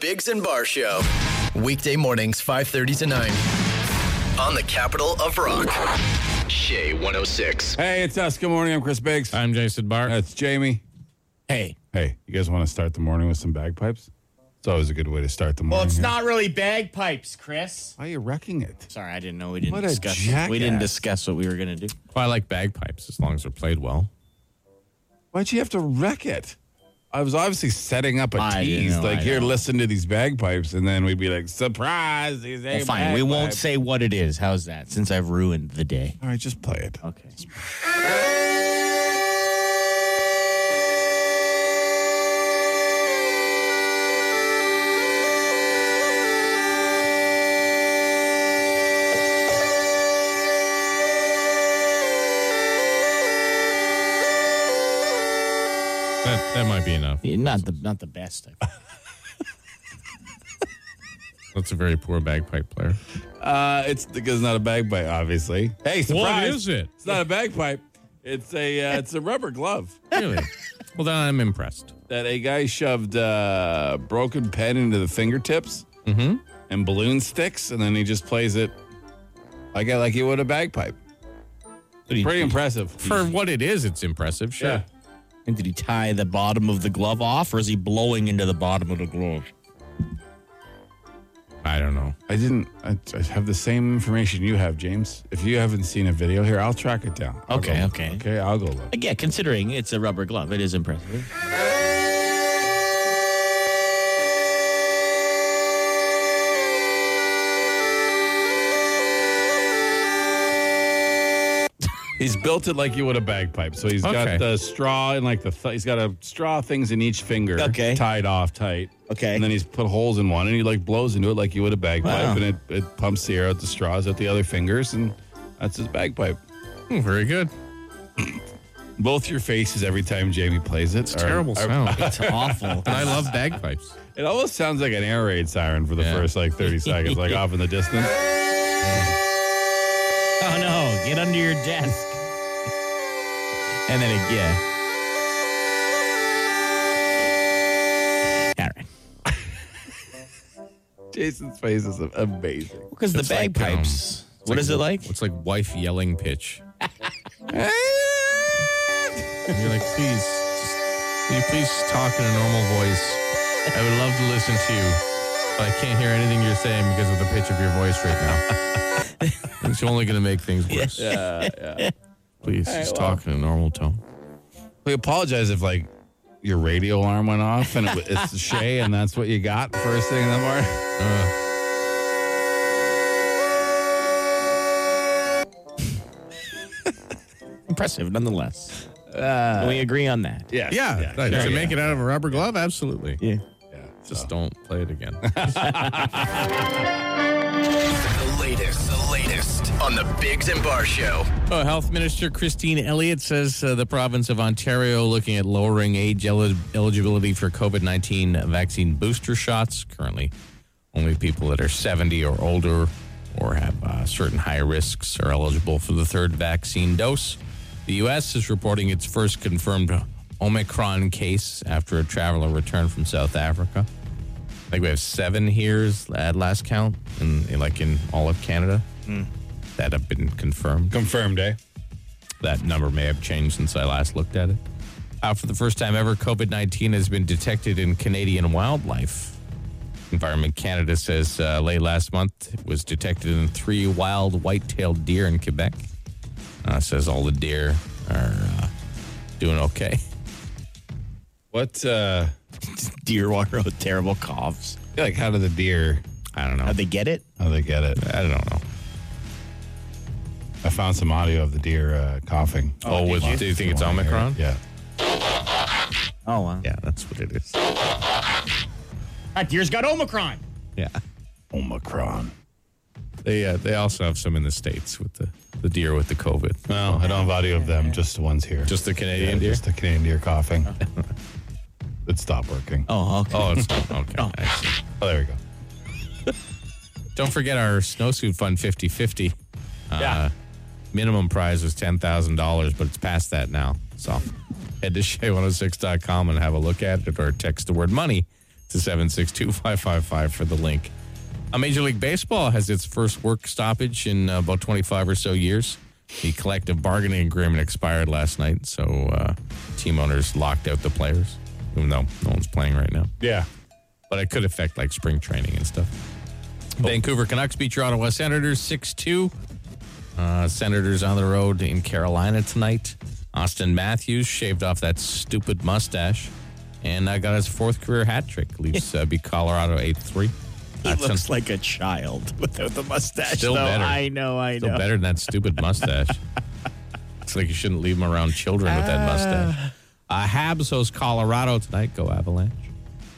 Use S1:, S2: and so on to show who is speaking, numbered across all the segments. S1: Biggs and Bar Show. Weekday mornings, 5.30 to 9. On the capital of rock. Shea 106.
S2: Hey, it's us. Good morning. I'm Chris Biggs.
S3: I'm Jason Bart.
S2: That's Jamie.
S3: hey.
S2: Hey, you guys want to start the morning with some bagpipes? It's always a good way to start the morning.
S3: Well, it's
S2: here.
S3: not really bagpipes, Chris.
S2: Why are you wrecking it?
S3: Sorry, I didn't know we didn't
S2: What a
S3: discuss.
S2: jackass.
S3: We didn't discuss what we were gonna do.
S4: Well, I like bagpipes as long as they're played well.
S2: Why'd you have to wreck it? I was obviously setting up a
S3: I
S2: tease.
S3: know,
S2: like,
S3: I
S2: here,
S3: know.
S2: listen to these bagpipes. And then we'd be like, surprise. These
S3: Well,
S2: ain't
S3: fine, we won't
S2: bagpipes.
S3: say what it is. How's that? Since I've ruined the day.
S2: All right, just play it.
S3: Okay.
S4: That that might be enough.
S3: Not the not the best. I think.
S4: That's a very poor bagpipe player.
S2: Uh, it's because it's not a bagpipe, obviously. Hey, surprise.
S4: is it?
S2: It's not a bagpipe. It's a uh, it's a rubber glove
S4: Really? well, then I'm impressed.
S2: that a guy shoved uh, broken pen into the fingertips and balloon sticks, and then he just plays it like like he would a bagpipe. Pretty impressive.
S4: For what it is, it's impressive. Sure.
S2: Yeah.
S3: And did he tie the bottom of the glove off, or is he blowing into the bottom of the glove?
S4: I don't know.
S2: I didn't. I, I have the same information you have, James. If you haven't seen a video here, I'll track it down. I'll
S3: Okay,
S2: go look.
S3: okay.
S2: okay. I'll go look.
S3: Again, considering it's a rubber glove, it is impressive.
S2: He's built it like you would a bagpipe. So he's
S4: Okay.
S2: got the straw and like the th- he's got a straw things in each finger,
S3: Okay.
S2: tied off tight.
S3: Okay.
S2: and then he's put holes in one, and he like blows into it like you would a bagpipe,
S3: Wow.
S2: and it, it pumps the air out the straws out the other fingers, and that's his bagpipe.
S4: Hmm, very good.
S2: Both your faces every time Jamie plays it. are-
S4: Terrible
S2: are-
S4: sound. and
S3: It's awful.
S4: I love bagpipes.
S2: It almost sounds like an air raid siren for the
S4: Yeah.
S2: first like thirty seconds, like off in the distance.
S3: Oh no, get under your desk. and then again. All right.
S2: Jason's face is amazing.
S3: Because the
S4: It's like,
S3: bagpipes.
S4: um, it's
S3: what is it like?
S4: It's like wife yelling pitch. And you're like, please, just, will you please talk in a normal voice? I would love to listen to you, but I can't hear anything you're saying because of the pitch of your voice right now. it's only going to make things worse. Please, just talk in a normal tone.
S2: We apologize if like your radio alarm went off and it, wa- it's Shay, and that's what you got first thing in the morning.
S3: Impressive, nonetheless. Can we agree on that.
S2: Yeah,
S4: Yeah, right.
S2: sure,
S4: to
S2: yeah.
S4: make it out of a rubber glove, absolutely.
S3: Yeah.
S2: Yeah,
S4: Just don't play it again.
S1: The latest, the latest on the Biggs and Bar Show.
S4: Oh, Health Minister Christine Elliott says uh, the province of Ontario looking at lowering age eli- eligibility for COVID 19 vaccine booster shots. Currently, only people that are 70 or older or have uh, certain high risks are eligible for the third vaccine dose. The U.S. is reporting its first confirmed Omicron case after a traveler returned from South Africa. I think we have seven here is- at last count, in, in, like in all of Canada, that have been confirmed
S2: Hmm. confirmed, eh?
S4: that number may have changed since I last looked at it. Uh, for the first time ever, COVID 19 has been detected in Canadian wildlife. Environment Canada says uh, late last month it was detected in three wild white tailed deer in Quebec. Uh, says all the deer are uh, doing okay.
S2: What? uh
S3: Deer walker with terrible coughs.
S2: Like, how do the deer?
S4: I don't know.
S3: How'd they get it?
S2: How do Oh, they get it?
S4: I don't know.
S2: I found some audio of the deer uh, coughing.
S4: Oh, was, do you think it's
S2: wanna hear it?
S4: Omicron?
S2: Yeah.
S3: Oh wow.
S4: Yeah, that's what it is.
S3: That deer's got Omicron.
S4: Yeah.
S2: Omicron.
S4: They uh, they also have some in the States with the, the deer with the COVID.
S2: No, I don't have audio of them. Just the ones here.
S4: Just the
S2: Yeah,
S4: Canadian deer?
S2: Just the Canadian deer coughing. it stopped working. Oh,
S3: Oh okay.
S4: Oh, it's okay. I see.
S2: there we go.
S4: Don't forget our snowsuit fund 50 50.
S2: Yeah.
S4: Minimum prize was $10,000, but it's past that oh now. So head to shay106.com and have a look at it or text the word money to 762-555 for the link. Uh, Major League Baseball has its first work stoppage in uh, about 25 or so years. The collective bargaining agreement expired last night, so uh, team owners locked out the players, even though no one's playing right now.
S2: Yeah.
S4: But it could affect like spring training and stuff.
S3: Oh.
S4: Vancouver Canucks beat your Ottawa Senators 6 2. Uh, Senators on the road in Carolina tonight. Austin Matthews shaved off that stupid mustache and uh, got his fourth career hat trick. Leafs uh, beat Colorado 8 3.
S3: He looks like a child without the mustache.
S4: Still
S3: though.
S4: better.
S3: I know, I
S4: Still
S3: know.
S4: better than that stupid mustache. it's like you shouldn't leave him around children with that mustache. Uh, Habs host Colorado tonight. Go Avalanche.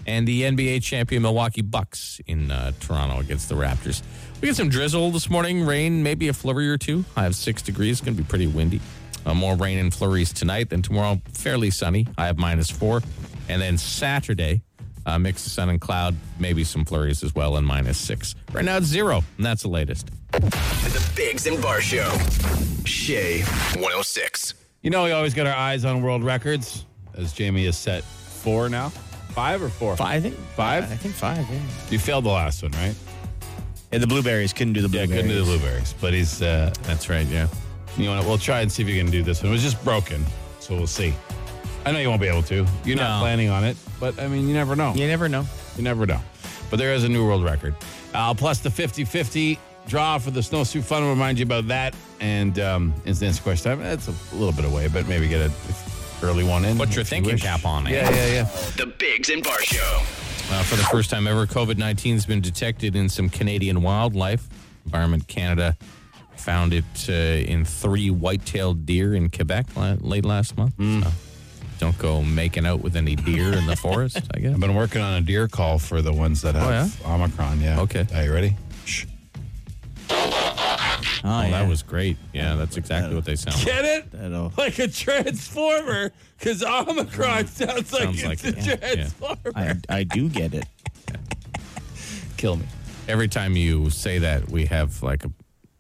S4: And the NBA champion Milwaukee Bucks in uh, Toronto against the Raptors. We get some drizzle this morning, rain, maybe a flurry or two. I have six degrees. Going to be pretty windy. Uh, more rain and flurries tonight. Then tomorrow, fairly sunny. I have minus four. And then Saturday, uh, mix of sun and cloud, maybe some flurries as well, and minus six. Right now it's zero, and that's the latest.
S1: The Bigs and Bar Show. oh Shay 106.
S2: You know, we always got our eyes on world records as Jamie is set four now. Five or four?
S3: I think
S2: Five?
S3: I think five. Yeah.
S2: You failed the last one, right?
S3: And the blueberries couldn't do the
S2: Yeah,
S3: blueberries.
S2: couldn't do the blueberries, but he's uh,
S4: That's right, yeah.
S2: You know, we'll try and see if you can do this one. It was just broken, so we'll see. I know you won't be able to. You're not
S4: No.
S2: planning on it, but I mean, you never know.
S3: You never know.
S2: You never know. But there is a new world record. Uh, plus the 50 50 draw for the snowsuit fun. We'll remind you about that. And um, instant answer question time. That's a little bit away, but maybe get an early one in.
S4: Put
S2: if
S4: your
S2: you
S4: thinking
S2: wish.
S4: cap on, eh?
S2: Yeah, yeah, yeah.
S1: The Bigs and Bar Show.
S4: Uh, for the first time ever, COVID 19 has been detected in some Canadian wildlife. Environment Canada found it uh, in three white tailed deer in Quebec la- late last month.
S2: Hmm.
S4: So don't go making out with any deer in the forest, I guess.
S2: I've been working on a deer call for the ones that have Omicron. Yeah.
S4: Oh, Okay.
S2: Are you ready? Shh.
S3: Oh,
S4: Oh, that was great. Yeah, that's exactly what they sound like.
S2: Get it?
S3: That'll-
S2: Like a transformer, because Omicron sounds,
S4: Sounds like it, yeah, yeah.
S3: I, I do get it.
S2: Kill me.
S4: Every time you say that, we have like a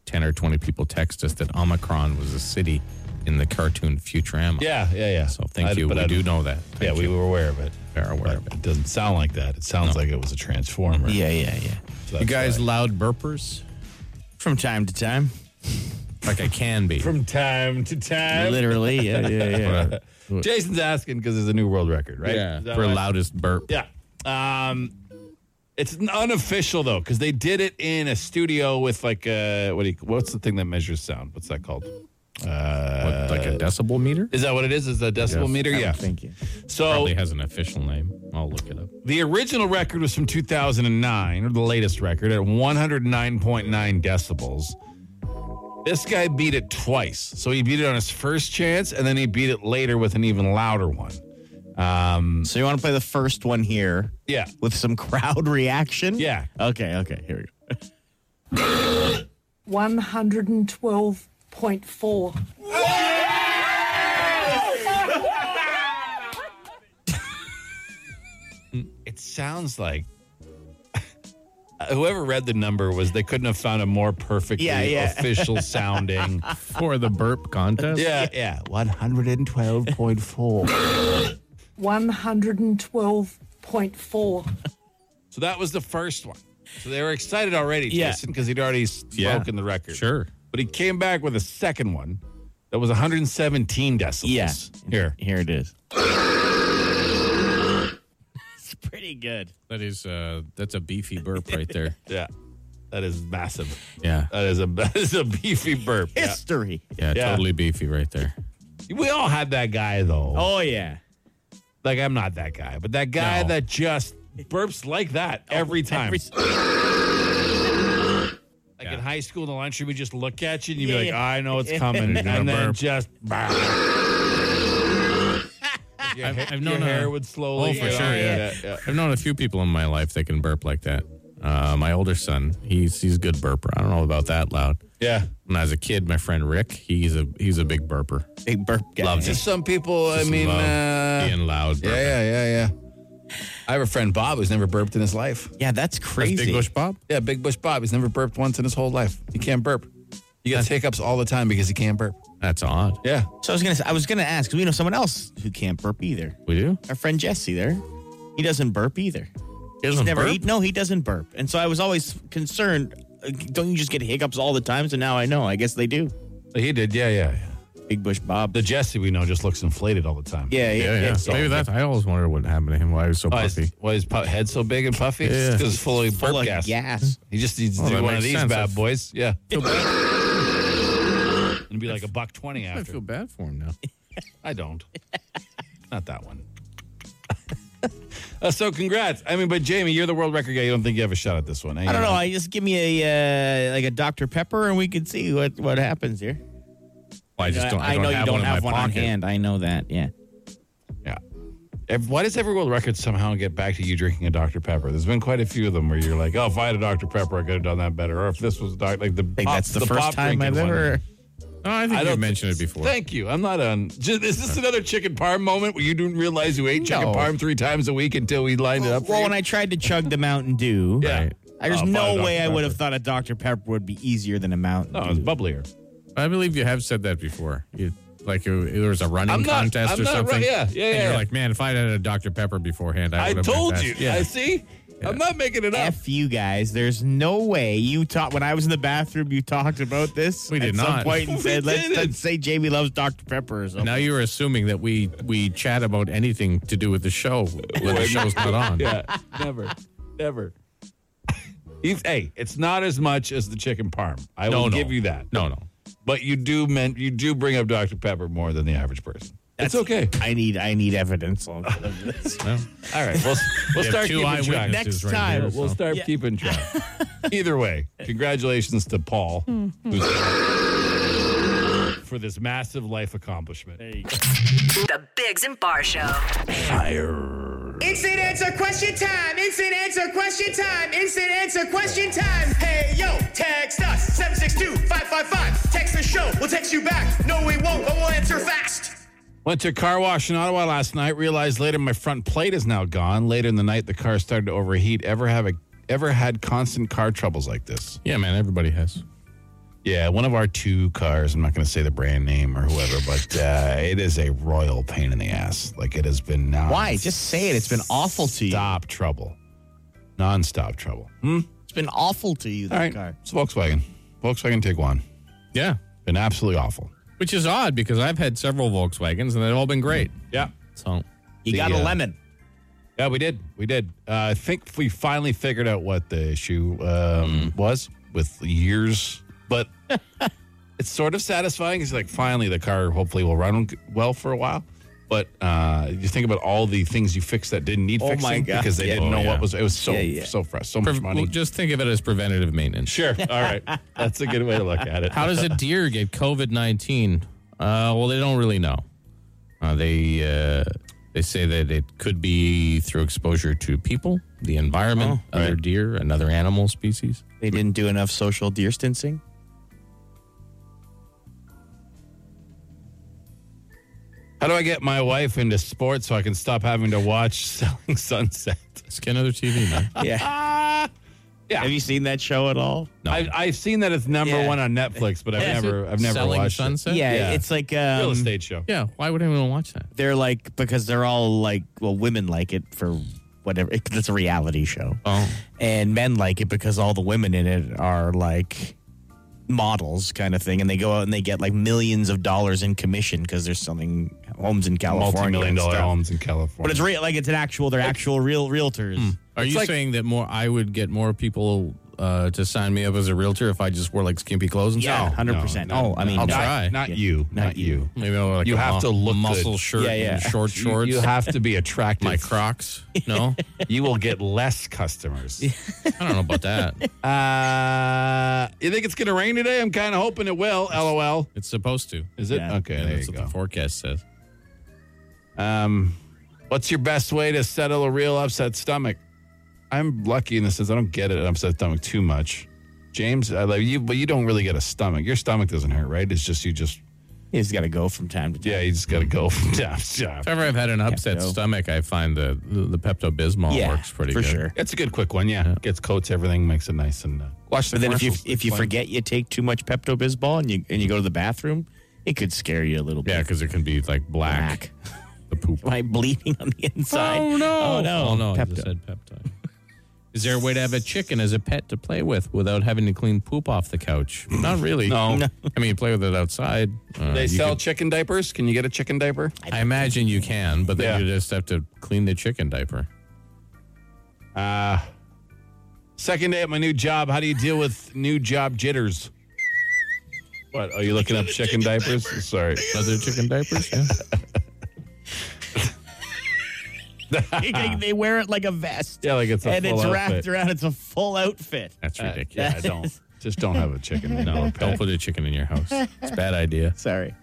S4: 10 or 20 people text us that Omicron was a city in the cartoon Futurama.
S2: Yeah, yeah, yeah.
S4: So thank
S2: I'd-
S4: you.
S2: but
S4: We
S2: I'd-
S4: do know that.
S2: Yeah,
S4: Thank
S2: we
S4: you.
S2: were aware of it.
S4: We're aware of
S2: But it doesn't sound like that. It sounds like it was a transformer.
S3: Yeah, yeah, yeah.
S2: So
S4: You
S2: that's
S4: guys
S2: why.
S4: loud burpers?
S3: From time to time.
S4: Like I can be.
S2: from time to time.
S3: Literally. Yeah, yeah, Oh, yeah.
S2: Jason's asking because there's a new world record, right?
S4: Yeah,
S2: Is that
S4: for
S2: right?
S4: loudest burp.
S2: Yeah. Um, it's unofficial though, because they did it in a studio with like uh, what do you, what's the thing that measures sound? What's that called?
S4: What, uh, like a decibel meter?
S2: Is that what it is? Is that decibel
S4: Yes.
S2: meter? Yeah.
S3: Thank you.
S2: So
S4: Probably has an official name. I'll look it up.
S2: The original record was from 2009, or the latest record at 109.9 decibels. This guy beat it twice. So he beat it on his first chance, and then he beat it later with an even louder one. Um,
S3: So you want to play the first one here
S2: yeah.
S3: with some crowd reaction?
S2: Yeah.
S3: Okay, okay. Here we go.
S5: 112.4.
S2: It sounds like whoever read the number was they couldn't have found a more perfectly
S3: Yeah, yeah.
S2: official sounding.
S4: For the burp contest?
S2: yeah, yeah. 112.4.
S5: 112.4.
S2: So that was the first one. So they were excited already,
S3: Yeah.
S2: Jason, because he'd already s-
S4: Yeah.
S2: broken the record.
S4: Sure.
S2: But he came back with a second one that was 117 decibels.
S3: Yeah.
S2: Here.
S3: Here it is. it's pretty good.
S4: That is uh that's a beefy burp right there.
S2: Yeah. That is massive.
S4: Yeah.
S2: That is a that is a beefy burp. Yeah.
S3: History.
S4: Yeah,
S2: Yeah.
S4: totally beefy right there.
S2: We all had that guy though.
S3: Oh yeah.
S2: Like I'm not that guy, but that guy
S4: No.
S2: that just burps like that Oh, every time.
S3: Every-
S2: like in high school in the lunchroom, we just look at you and you'd
S3: Yeah,
S2: be like,
S3: yeah.
S2: I know it's coming.
S4: You're gonna
S2: and then
S4: burp.
S2: just your, ha-
S4: I've
S2: your
S4: known
S2: hair
S4: a-
S2: would slowly
S4: Oh, for
S2: get
S4: sure,
S2: on.
S4: yeah.
S2: yeah.
S4: I've known a few people in my life that can burp like that. Uh, my older son, he's he's a good burper. I don't know about that loud.
S2: yeah.
S4: When I was a kid, my friend Rick, he's a he's a big burper.
S3: Big burp guy.
S4: Loves it.
S2: Just some people, I
S4: Just
S2: mean,
S4: love
S2: uh,
S4: Being loud. Burping.
S2: Yeah, yeah, yeah, yeah. I have a friend Bob who's never burped in his life.
S3: Yeah, that's crazy.
S4: That's Big Bush Bob.
S2: Yeah, Big Bush Bob. He's never burped once in his whole life. He can't burp. He gets hiccups all the time because he can't burp.
S4: That's odd.
S2: Yeah.
S3: So I was gonna I was gonna ask, 'cause we know someone else who can't burp either.
S4: We do?
S3: Our friend Jesse there. He doesn't burp either.
S4: doesn't
S3: never
S4: burp?
S3: eat. No, he doesn't burp. And so I was always concerned. uh, Don't you just get hiccups all the time? So now I know. I guess they do.
S2: He did. Yeah, yeah, yeah.
S3: Big Bush Bob.
S2: The Jesse we know just looks inflated all the time.
S3: yeah, yeah,
S4: Yeah, yeah.
S3: So
S4: Maybe that's. I always wondered what happened to him. Why he was so
S2: Why is,
S4: puffy.
S2: why is pu- head so big and puffy?
S4: Yeah.
S2: Because it's full of burp
S3: full of
S2: gas.
S3: gas.
S2: He just needs to
S4: Oh,
S2: do
S4: that
S2: one of
S4: makes
S2: these
S4: sense.
S2: bad boys. Yeah.
S4: feel
S2: and be like a buck twenty
S4: I
S2: after.
S4: feel bad for him now.
S2: I don't. Not that one. Uh, so congrats. I mean, but Jamie, you're the world record guy. You don't think you have a shot at this one? eh?
S3: I don't know. I just give me a uh, like a Dr Pepper, and we can see what what happens here.
S4: Well, I just don't. I,
S3: know
S4: don't have
S3: you don't
S4: one
S3: have
S4: in my
S3: one
S4: pocket.
S3: on hand. I know that. Yeah.
S2: Yeah. Ev- Why does every world record somehow get back to you drinking a Dr. Pepper? There's been quite a few of them where you're like, oh, if I had a Dr. Pepper, I could have done that better. Or if this was a doc, like the
S3: I think
S2: pop-
S3: that's the,
S2: pop
S3: first time I've
S2: drinking one.
S3: ever.
S4: No, I think
S2: I
S4: you
S2: don't
S4: mentioned it
S2: think-
S4: before.
S2: Thank you. I'm not on. Just, is this another chicken parm moment where you didn't realize you ate chicken
S3: No.
S2: parm three times a week until we lined it up? for
S3: Well,
S2: you?
S3: when I tried to chug the Mountain Dew,
S2: Yeah.
S3: right, there's
S2: Oh,
S3: no
S2: Dr.
S3: way I
S2: Pepper.
S3: would have thought a Dr Pepper would be easier than a Mountain.
S2: no,
S3: Dew.
S2: it's bubblier.
S4: I believe you have said that before. You, like uh, there was a running
S2: I'm not-
S4: contest
S2: I'm
S4: or
S2: not
S4: something.
S2: right- yeah, yeah,
S4: And
S2: yeah.
S4: you're like, man, if I had a Dr Pepper beforehand, I
S2: I
S4: would have.
S2: told you.
S4: Yeah.
S2: I see. I'm not making it up.
S3: F you guys. There's no way you taught when I was in the bathroom. You talked about this.
S4: We did
S3: at
S4: not.
S3: some point and
S2: We
S3: said, let's,
S2: didn't.
S3: let's say Jamie loves Dr Pepper or something.
S4: now you're assuming that we we chat about anything to do with the show when the show's not on.
S2: yeah, never, never. He's, hey, it's not as much as the chicken parm. I
S4: No,
S2: will
S4: no.
S2: give you that.
S4: No, no.
S2: but you do meant you do bring up Dr Pepper more than the average person. That's okay.
S3: I need I need evidence on this.
S4: Well,
S2: All right, we'll we'll
S4: you have
S2: start
S4: two
S2: keeping track.
S3: Next
S4: eyewitnesses right
S3: time,
S4: here,
S2: We'll
S4: so.
S2: start keeping track. Either way, congratulations to Paul who's- for this massive life accomplishment.
S6: The Bigs and Bar Show.
S7: Instant answer question time. Instant answer question time. Instant answer question time. Hey yo, text us 762-555. Text the show. We'll text you back. No, we won't, but we'll answer fast.
S2: Went to a car wash in Ottawa last night. Realized later my front plate is now gone. Later in the night, the car started to overheat. Ever have a ever had constant car troubles like this?
S4: yeah, man. Everybody has.
S2: Yeah, one of our two cars. I'm not going to say the brand name or whoever, but uh, it is a royal pain in the ass. Like it has been now.
S3: Why? Just say it. It's been awful to you.
S2: Stop trouble. Non-stop trouble. Hmm?
S3: It's been awful to you. That
S2: All right.
S3: car.
S2: It's Volkswagen. Volkswagen Tiguan.
S4: Yeah,
S2: Been absolutely awful.
S4: which is odd because I've had several Volkswagens and they've all been great.
S2: Yeah.
S4: So
S3: You
S2: The,
S3: got a
S2: uh,
S3: lemon.
S2: Yeah, we did. We did. Uh, I think we finally figured out what the issue um, was with years, but it's sort of satisfying. It's like finally the car hopefully will run well for a while. But uh, you think about all the things you fixed that didn't need
S3: Oh,
S2: fixing
S3: my God.
S2: because they
S3: Yeah.
S2: didn't know
S4: Oh, yeah.
S2: what was. It was so
S3: Yeah, yeah.
S2: so frustrating. So
S4: pre-
S2: much money.
S4: just think of it as preventative maintenance.
S2: sure. All right. That's a good way to look at it.
S4: How does a deer get COVID nineteen? Uh, well, they don't really know. Uh, they uh, they say that it could be through exposure to people, the environment,
S3: Oh,
S4: other deer, another animal species.
S3: They didn't do enough social distancing.
S2: How do I get my wife into sports so I can stop having to watch Selling Sunset?
S4: Let's get another TV, man.
S3: Yeah.
S2: Yeah.
S3: Have you seen that show at all?
S2: I, I've seen that it's number
S3: Yeah.
S2: one on Netflix, but I've
S3: Yeah.
S2: never, I've never
S4: Selling
S2: watched it.
S4: Sunset.
S3: Yeah,
S2: Yeah.
S3: It's like um,
S2: real estate show.
S4: yeah. Why would anyone watch that?
S3: They're like because they're all like well, women like it for whatever. It, it's a reality show.
S4: Oh,
S3: and men like it because all the women in it are like models kind of thing and they go out and they get like millions of dollars in commission because there's something homes in california
S2: Multi-million
S3: and
S2: dollar
S3: stuff.
S2: homes in California.
S3: but it's real like it's an actual they're actual real realtors
S4: are you
S2: like-
S4: saying that more? I would get more people uh, to sign me up as a realtor if I just wore like skimpy clothes and
S3: yeah
S4: stuff.
S3: 100%
S2: no,
S3: oh i mean
S4: I'll
S3: no.
S2: not,
S4: try.
S2: Not
S3: Yeah.
S2: you.
S3: Not
S2: Not,
S3: you.
S2: you.
S4: Maybe I'll wear, like
S2: You
S4: a
S2: have
S4: mu-
S2: to look
S4: muscle
S2: good.
S4: shirt,
S3: Yeah, yeah.
S4: and short
S2: You-
S4: shorts,
S2: You, have to be attractive.
S4: my Crocs. No,
S2: You will get less customers.
S4: I don't know about that.
S2: uh, you think it's going to rain today? I'm kind of hoping it will. LOL.
S4: It's supposed to.
S2: Is it?
S3: Yeah.
S2: Okay,
S4: Yeah,
S2: there
S4: that's
S2: you
S4: what
S2: go.
S4: the forecast says.
S2: Um, what's your best way to settle a real upset stomach? I'm lucky in the sense I don't get an upset stomach too much. James, I love you, but you don't really get a stomach. Your stomach doesn't hurt, right? It's just you just
S3: he's got to go from time to time
S2: yeah, you just gotta go from time to time.
S4: If ever I've had an upset
S3: no.
S4: stomach, I find the the Pepto Bismol works pretty
S3: for
S4: good.
S3: sure
S2: It's a good quick one, yeah. Gets coats everything, makes it nice and uh, watch the
S3: but then if you
S2: commercials.
S3: if you
S2: It's fine.
S3: forget you take too much pepto bismol and you and you go to the bathroom it could scare you a little bit
S4: Yeah, because it can be like black, the poop.
S3: am i bleeding on the inside
S4: Oh no!
S3: oh no
S4: Oh no! I
S3: pepto
S4: just said peptide. Is there a way to have a chicken as a pet to play with without having to clean poop off the couch? Not really.
S2: No. No.
S4: I mean, you play with it outside. Uh,
S2: They
S4: you
S2: sell
S4: could-
S2: chicken diapers. Can you get a chicken diaper?
S4: I imagine you can, but then
S2: Yeah.
S4: you just have to clean the chicken diaper.
S2: Second day at my new job. How do you deal with new job jitters? What? Are you looking up chicken diapers? Sorry.
S4: Are there chicken diapers? Yeah.
S3: they, they wear it like a vest.
S2: Yeah, like it's a
S3: and
S2: full
S3: it's wrapped
S2: outfit.
S3: around. It's a full outfit.
S4: That's
S2: Uh,
S4: ridiculous.
S2: yeah, don't just don't have a chicken. in your
S4: No,
S2: pet.
S4: don't put a chicken in your house. It's a bad idea.
S3: Sorry.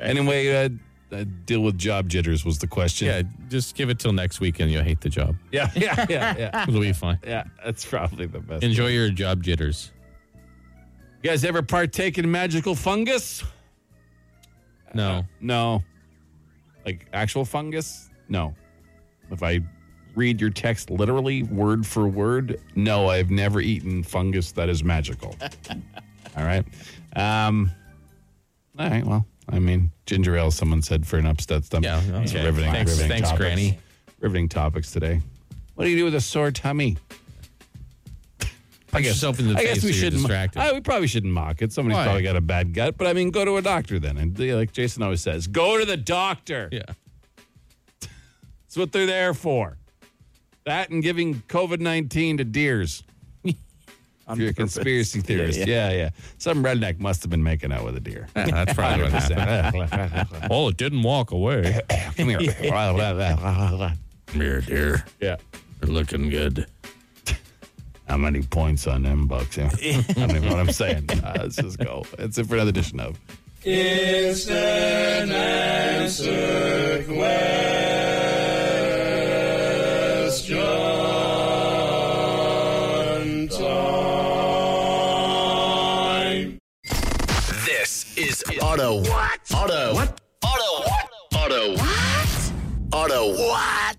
S2: Anyway, uh, uh, deal with job jitters was the question.
S4: Yeah, just give it till next week and you'll hate the job.
S2: yeah, yeah, yeah, yeah.
S4: It'll be fine.
S2: yeah that's probably the best.
S4: Enjoy your job jitters.
S2: You guys ever partake in magical fungus?
S4: No.
S2: No. Like actual fungus? No. If I read your text literally word for word, no, I've never eaten fungus that is magical. all right. Um, all right. Well, I mean, ginger ale, someone said for an upset stump.
S4: Yeah,
S2: It's
S4: okay.
S2: riveting,
S4: Thanks-
S2: riveting
S4: thanks,
S2: topics.
S4: Granny.
S2: Riveting topics today. What do you do with a sore tummy?
S4: Punch yourself in the
S2: I
S4: face
S2: guess we
S4: so you're
S2: shouldn't.
S4: distracted.
S2: I, we probably shouldn't mock it. Somebody's
S4: Why?
S2: probably got a bad gut, but I mean, go to a doctor then. And yeah, like Jason always says, go to the doctor.
S4: yeah.
S2: That's what they're there for. That and giving COVID nineteen to deers. If you're a conspiracy theorist, yeah yeah. Some redneck must have been making out with a deer.
S4: Yeah, That's probably what happened. Well, it didn't walk away.
S2: Come here.
S4: Mirror dear.
S2: yeah.
S4: You're looking good.
S2: How many points on them bucks? Yeah. I mean, what I'm saying. Uh, let's just go. That's it for another edition of.
S1: This is Auto What? Auto What? Auto What? Auto What? Auto What?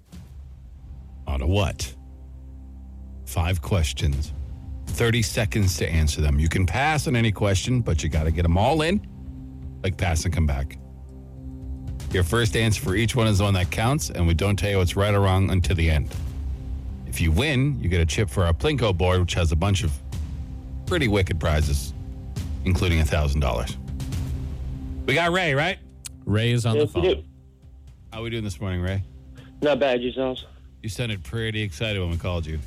S2: Out of what? Five questions, 30 seconds to answer them. You can pass on any question, but you got to get them all in, like pass and come back. Your first answer for each one is the one that counts, and we don't tell you what's right or wrong until the end. If you win, you get a chip for our Plinko board, which has a bunch of pretty wicked prizes, including $1,000. We got Ray, right?
S4: Ray is on the
S8: Yes, you
S4: phone.
S8: do.
S2: How we doing this morning, Ray?
S8: Not bad yourselves.
S2: You sounded pretty excited when we called you.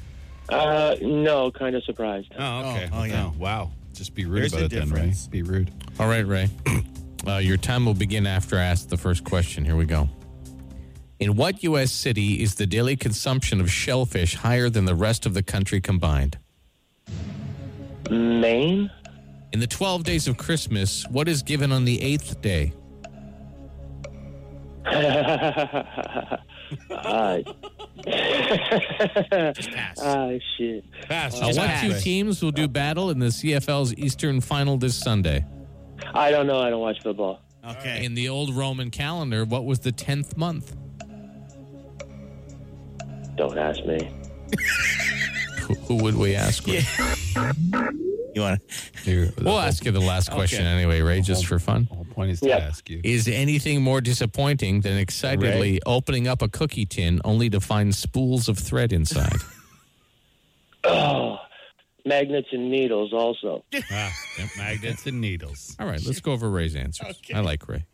S8: Uh, no, kind of surprised.
S2: Oh, okay.
S3: Oh, oh, yeah.
S2: Oh, wow. Just be rude
S3: There's
S2: about
S3: a
S2: it
S3: difference.
S2: then, right? Be rude.
S4: All right, Ray. Uh, your time will begin after I ask the first question. Here we go. In what U.S. city is the daily consumption of shellfish higher than the rest of the country combined?
S8: Maine?
S4: In the 12 days of Christmas, what is given on the eighth day?
S3: Uh,
S8: Ah, shit.
S2: Pass.
S4: Uh, what two teams will do battle in the CFL's Eastern Final this Sunday?
S8: I don't know. I don't watch football.
S3: Okay.
S4: In the old Roman calendar, what was the 10th month?
S8: Don't ask me.
S4: Who, who would we ask? Ray?
S3: You want
S4: We'll ask you the last question anyway, Ray, just for fun.
S2: The whole point is
S8: Yeah.
S2: to ask you.
S4: Is anything more disappointing than excitedly opening up a cookie tin only to find spools of thread inside?
S8: Magnets and needles, also.
S2: magnets and needles.
S4: All right, let's go over Ray's answers. I like Ray.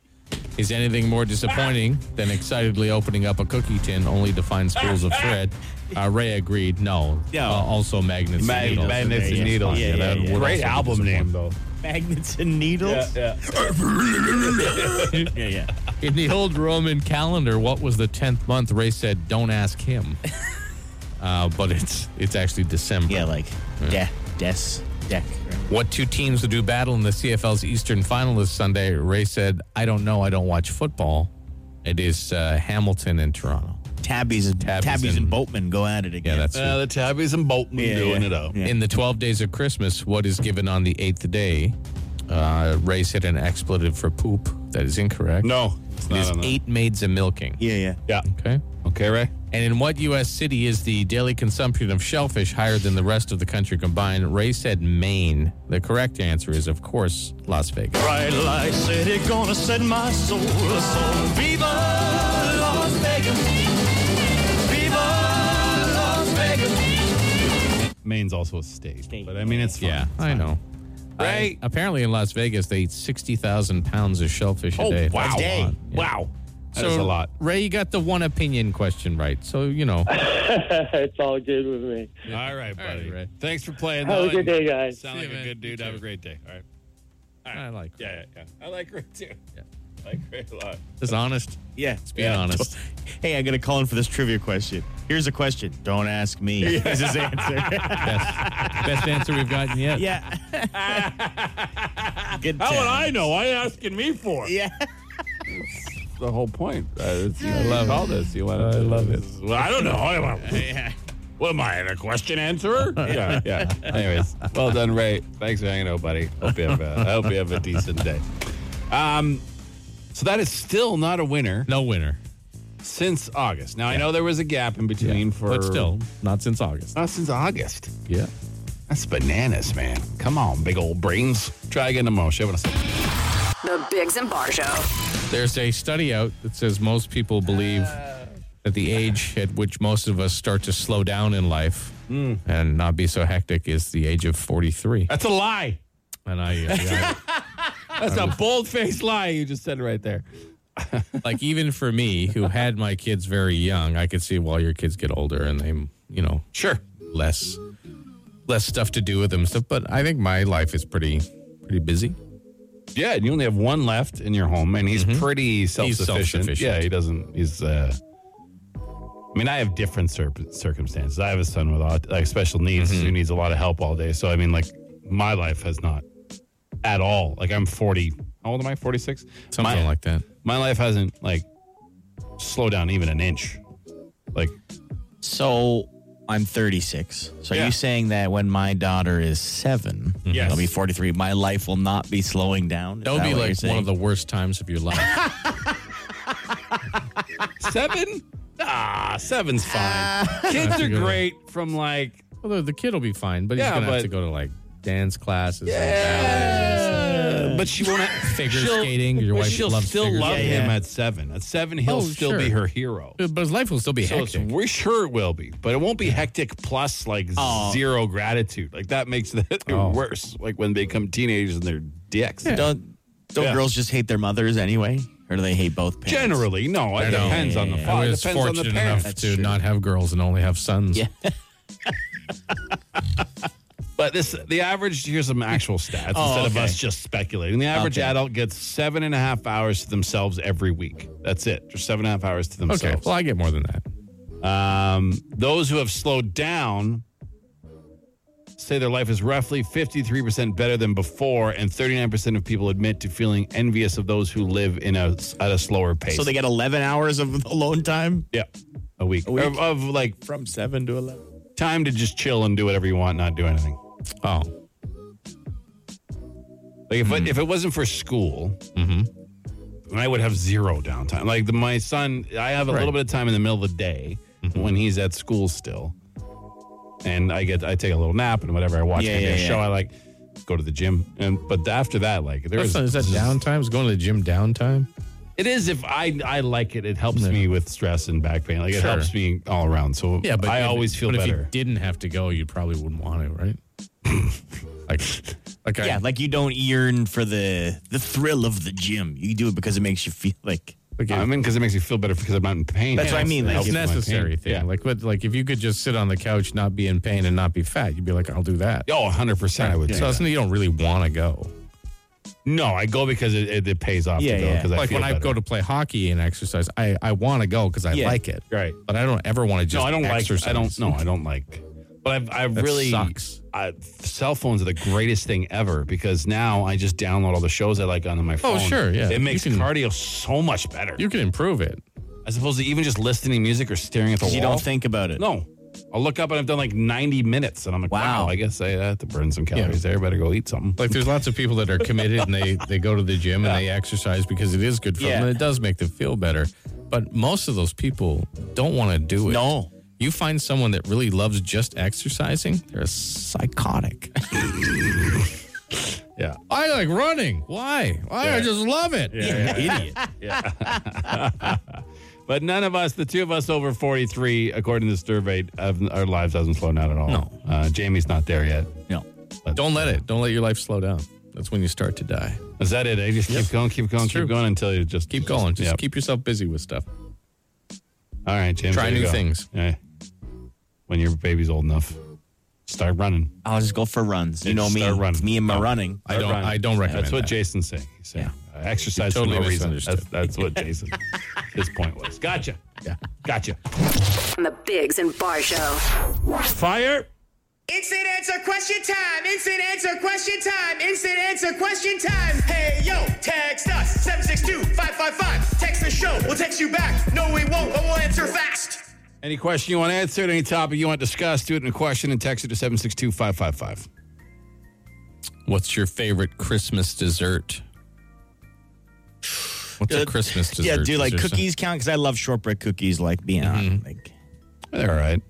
S4: Is anything more disappointing than excitedly opening up a cookie tin only to find spools of thread? Uh, Ray agreed. No.
S3: No.
S4: Uh, also, magnets. and needles.
S2: magnets
S3: Yeah,
S2: and needles.
S3: yeah, yeah,
S2: that
S3: yeah.
S2: would
S4: Great
S2: also be
S4: album name,
S2: disappointing.
S3: magnets and needles?
S2: Yeah,
S3: yeah. yeah.
S4: In the old Roman calendar, what was the tenth month? Ray said, "Don't ask him." uh, but it's it's actually December.
S3: Yeah, like yeah. de des deck.
S4: What two teams would do battle in the CFL's Eastern Final this Sunday? Ray said, "I don't know. I don't watch football." It is uh, Hamilton and Toronto.
S3: Tabbies and
S4: Tabbies
S3: tabbies,
S4: and-
S3: and, boatmen go at it again.
S4: that's-
S2: yeah. Uh, the tabbies and Boltman
S3: Yeah,
S2: doing
S3: yeah.
S2: it up.
S3: Yeah.
S4: In the 12 days of Christmas, what is given on the eighth day? Uh, Ray said an expletive for poop. That is incorrect.
S2: No, it's
S4: It
S2: not
S4: is
S2: on that.
S4: eight maids a milking.
S3: yeah, yeah.
S2: Yeah.
S4: Okay.
S2: Okay, Ray.
S4: And in what U.S. city is the daily consumption of shellfish higher than the rest of the country combined? Ray said Maine. The correct answer is, of course, Las Vegas.
S9: Bright light city gonna set my soul so Viva Las Vegas Viva Las Vegas
S2: Maine's also a state, but I mean it's fine.
S4: Yeah, I know.
S2: Right?
S4: Apparently, in Las Vegas, they eat sixty thousand pounds of shellfish a day.
S2: Oh, wow,
S3: day.
S4: Yeah.
S2: wow, that is a lot.
S4: Ray, you got the one opinion question right. So you know.
S8: it's all good with me.
S2: All right, buddy.
S4: Ray.
S2: Thanks for playing.
S8: Have a
S2: though,
S8: good
S2: and
S8: day, guys.
S2: Sound
S4: See
S2: like
S4: you,
S2: a
S4: man.
S2: good
S4: You
S2: dude. Have
S4: too.
S2: a great day. All right.
S4: I like. Yeah.
S2: Yeah, yeah, yeah. I like Ray too. Yeah. I like Ray a lot.
S4: It's honest.
S3: Yeah,
S4: being honest.
S3: Hey, I'm gonna call in for this trivia question. Here's a question. Don't ask me. Is his answer?
S4: Best answer we've gotten yet.
S3: yeah. Good.
S2: How would
S3: test.
S2: I know? Why you asking me for?
S3: Yeah.
S2: The whole point. Uh, it's, I love all this. You want? I love it. Well, I don't know. I want. What am I, a question answerer? yeah, yeah. Anyways, well done, Ray. Thanks for hanging out, buddy. Hope you have a, I hope you have a decent day. Um, so that is still not a winner
S4: No winner.
S2: since August. Now I know there was a gap in between for,
S4: but still, not since August.
S2: not since August.
S4: Yeah.
S2: That's bananas, man. Come on, big old brains. Try again tomorrow. Show us.
S6: The Biggs and Bar Show.
S4: There's a study out that says most people believe that the age at which most of us start to slow down in life and not be so hectic is the age of 43.
S2: That's a lie.
S4: And I, uh, yeah,
S2: That's a bold-faced lie you just said right there.
S4: like, even for me, who had my kids very young, I could see, well, your kids get older and they, you know,
S2: Sure.
S4: less less stuff to do with them and stuff. But I think my life is pretty pretty busy.
S2: Yeah, and you only have one left in your home, and he's pretty self sufficient.
S4: Mm-hmm. self-sufficient.
S2: Yeah, he doesn't. He's. uh I mean, I have different cir- circumstances. I have a son with aut- like special needs
S4: Mm-hmm.
S2: who needs a lot of help all day. So I mean, like my life has not at all. Like I'm 40. How old am I? 46.
S4: Something
S2: my,
S4: like that.
S2: my life hasn't like slowed down even an inch. Like
S3: So I'm 36. So
S2: Yeah.
S3: you saying that when my daughter is seven,
S2: Yes.
S3: I'll be 43. My life will not be slowing down. Is
S4: That would
S3: that what
S4: be
S3: you're
S4: like one
S3: saying?
S4: of the worst times of your life.
S2: seven. ah, seven's fine. Kids are
S4: Ah. good one.
S2: great from like
S4: Although the kid will be fine, but he's
S2: Yeah,
S4: gonna
S2: but-
S4: have to go to like dance classes. and
S2: Uh, but she won't have
S4: Figure
S2: she'll-
S4: skating, your
S2: but
S4: wife
S2: she'll
S4: loves
S2: still
S4: figure
S2: love
S4: skating.
S2: him
S3: Yeah.
S2: at seven. At seven, he'll
S4: Oh,
S2: still
S4: sure.
S2: be her hero.
S4: ballet. But his life will still be
S2: So it's,
S4: hectic.
S2: we're sure it will be, but it won't be hectic plus like zero gratitude. Like that makes it
S4: Oh.
S2: worse. Like when they become teenagers and they're dicks.
S3: Don't Uh, don't
S2: Yeah.
S3: girls just hate their mothers anyway, or do they hate both parents?
S2: Generally, no. It
S4: know.
S2: depends on the
S3: Yeah.
S2: father.
S4: I
S2: It
S4: was
S2: depends on the
S4: fortunate enough
S2: parent.
S3: That's
S4: to
S3: true.
S4: not have girls and only have sons.
S3: Yeah.
S2: But this, the average. Here's some actual stats
S3: Oh,
S2: instead of
S3: okay.
S2: us just speculating. The average
S3: Okay.
S2: adult gets seven and a half hours to themselves every week. That's it. Just seven and a half hours to themselves.
S4: Okay. Well, I get more than that.
S2: Um, those who have slowed down say their life is roughly 53% better than before, and 39% of people admit to feeling envious of those who live in a at a slower pace.
S3: So they get 11 hours of alone time
S2: yeah, a week,
S3: A week.
S2: Of, of, like
S3: from seven to 11.
S2: time to just chill and do whatever you want, not do anything.
S4: Oh, Hmm.
S2: Like if it, if it wasn't for school,
S4: Mm-hmm.
S2: then I would have zero downtime. Like the, my son, I have a little bit of time in the middle of the day
S4: Mm-hmm.
S2: when he's at school still, and I get I take a little nap and whatever I watch
S3: Yeah,
S2: maybe
S3: yeah,
S2: a
S3: yeah.
S2: show. I like go to the gym, and but after that, like
S4: is
S2: there's
S4: that downtime? Is going to the gym downtime?
S2: it is if I I like it, it helps me with stress and back pain. Like it
S4: Sure.
S2: helps me all around. So yeah, but I
S4: if-
S2: always feel
S4: but If you
S2: better.
S4: didn't have to go, you probably wouldn't want to, right? like, like I,
S3: Yeah, like you don't yearn for the the thrill of the gym. You do it because it makes you feel like
S4: like
S2: I mean, because it makes me feel better because I'm not in pain.
S3: That's what I mean,
S2: It
S3: like,
S2: helps
S4: it's
S3: if-
S2: with my pain.
S4: necessary thing.
S2: Yeah.
S4: Like, but like if you could just sit on the couch, not be in pain, and not be fat, you'd be like, I'll do that.
S2: Oh, 100%. I would
S4: so
S2: say that.
S4: it's- you don't really want to go.
S2: No, I go because it, it, it pays off
S3: Yeah,
S2: to go.
S3: yeah.
S2: Because I
S4: like
S2: feel
S4: when I
S2: better.
S4: go to play hockey and exercise, I I want to go because I
S3: Yeah.
S4: like it.
S2: Right.
S4: But I don't ever want to
S2: no,
S4: just.
S2: I don't
S4: exercise.
S2: like. I don't. No, I don't like. But I've I
S4: That
S2: really
S4: sucks.
S2: I, cell phones are the greatest thing ever because now I just download all the shows I like onto my phone.
S4: sure, yeah.
S2: It makes
S4: You can-
S2: cardio so much better.
S4: You can improve it.
S2: As opposed to even just listening to music or staring at the wall.
S3: you don't think about it.
S2: No, I'll look up and I've done like ninety minutes, and I'm like, wow,
S3: Wow.
S2: I guess I have to burn some calories there. Better go eat something.
S4: Like there's lots of people that are committed and they they go to the gym and they exercise because it is good for
S3: Yeah.
S4: them and it does make them feel better. But most of those people don't want to do it.
S3: No.
S4: You find someone that really loves just exercising, they're psychotic.
S2: yeah,
S4: I like running. Why? Why? I just love it.
S2: yeah, yeah. idiot. But none of us, the two of us over 43, according to the survey, of our lives doesn't slow down at all.
S4: No.
S2: Uh, Jamie's not there yet.
S3: No.
S4: Don't let it. Don't let your life slow down. That's when you start to die.
S2: Is that it? I just keep going, keep going,
S4: It's
S2: keep
S4: true.
S2: going until you just
S4: Keep going. Just
S2: Yep.
S4: keep yourself busy with stuff.
S2: All right, James.
S4: Try
S2: there you
S4: new
S2: go.
S4: things.
S2: Yeah. When your baby's old enough, start running.
S3: I'll just go for runs. You
S2: Yeah,
S3: know
S2: just
S3: me.
S2: start running.
S3: Me and my
S2: No.
S3: running.
S4: I don't.
S2: Run.
S4: I don't recommend.
S2: That's what
S4: that.
S2: Jason's saying. He's saying uh, exercise
S4: You totally
S2: for no reason. That's,
S4: misunderstood.
S2: that's what Jason. his point was. Gotcha.
S4: Yeah.
S2: Gotcha.
S6: On the Bigs and Bar Show.
S2: Fire.
S7: Instant answer question time. Instant answer question time. Instant answer question time. Hey yo, text us 762-555. Text the show. We'll text you back. No, we won't, but we'll answer fast.
S2: Any question you want answered, any topic you want discussed, do it in a question and text it to 762 555.
S4: What's your favorite Christmas dessert? What's a Christmas dessert?
S3: Yeah, do
S4: Is
S3: like
S4: there some-
S3: cookies count? Because I love shortbread cookies. Like beyond. Like,
S2: They're all right.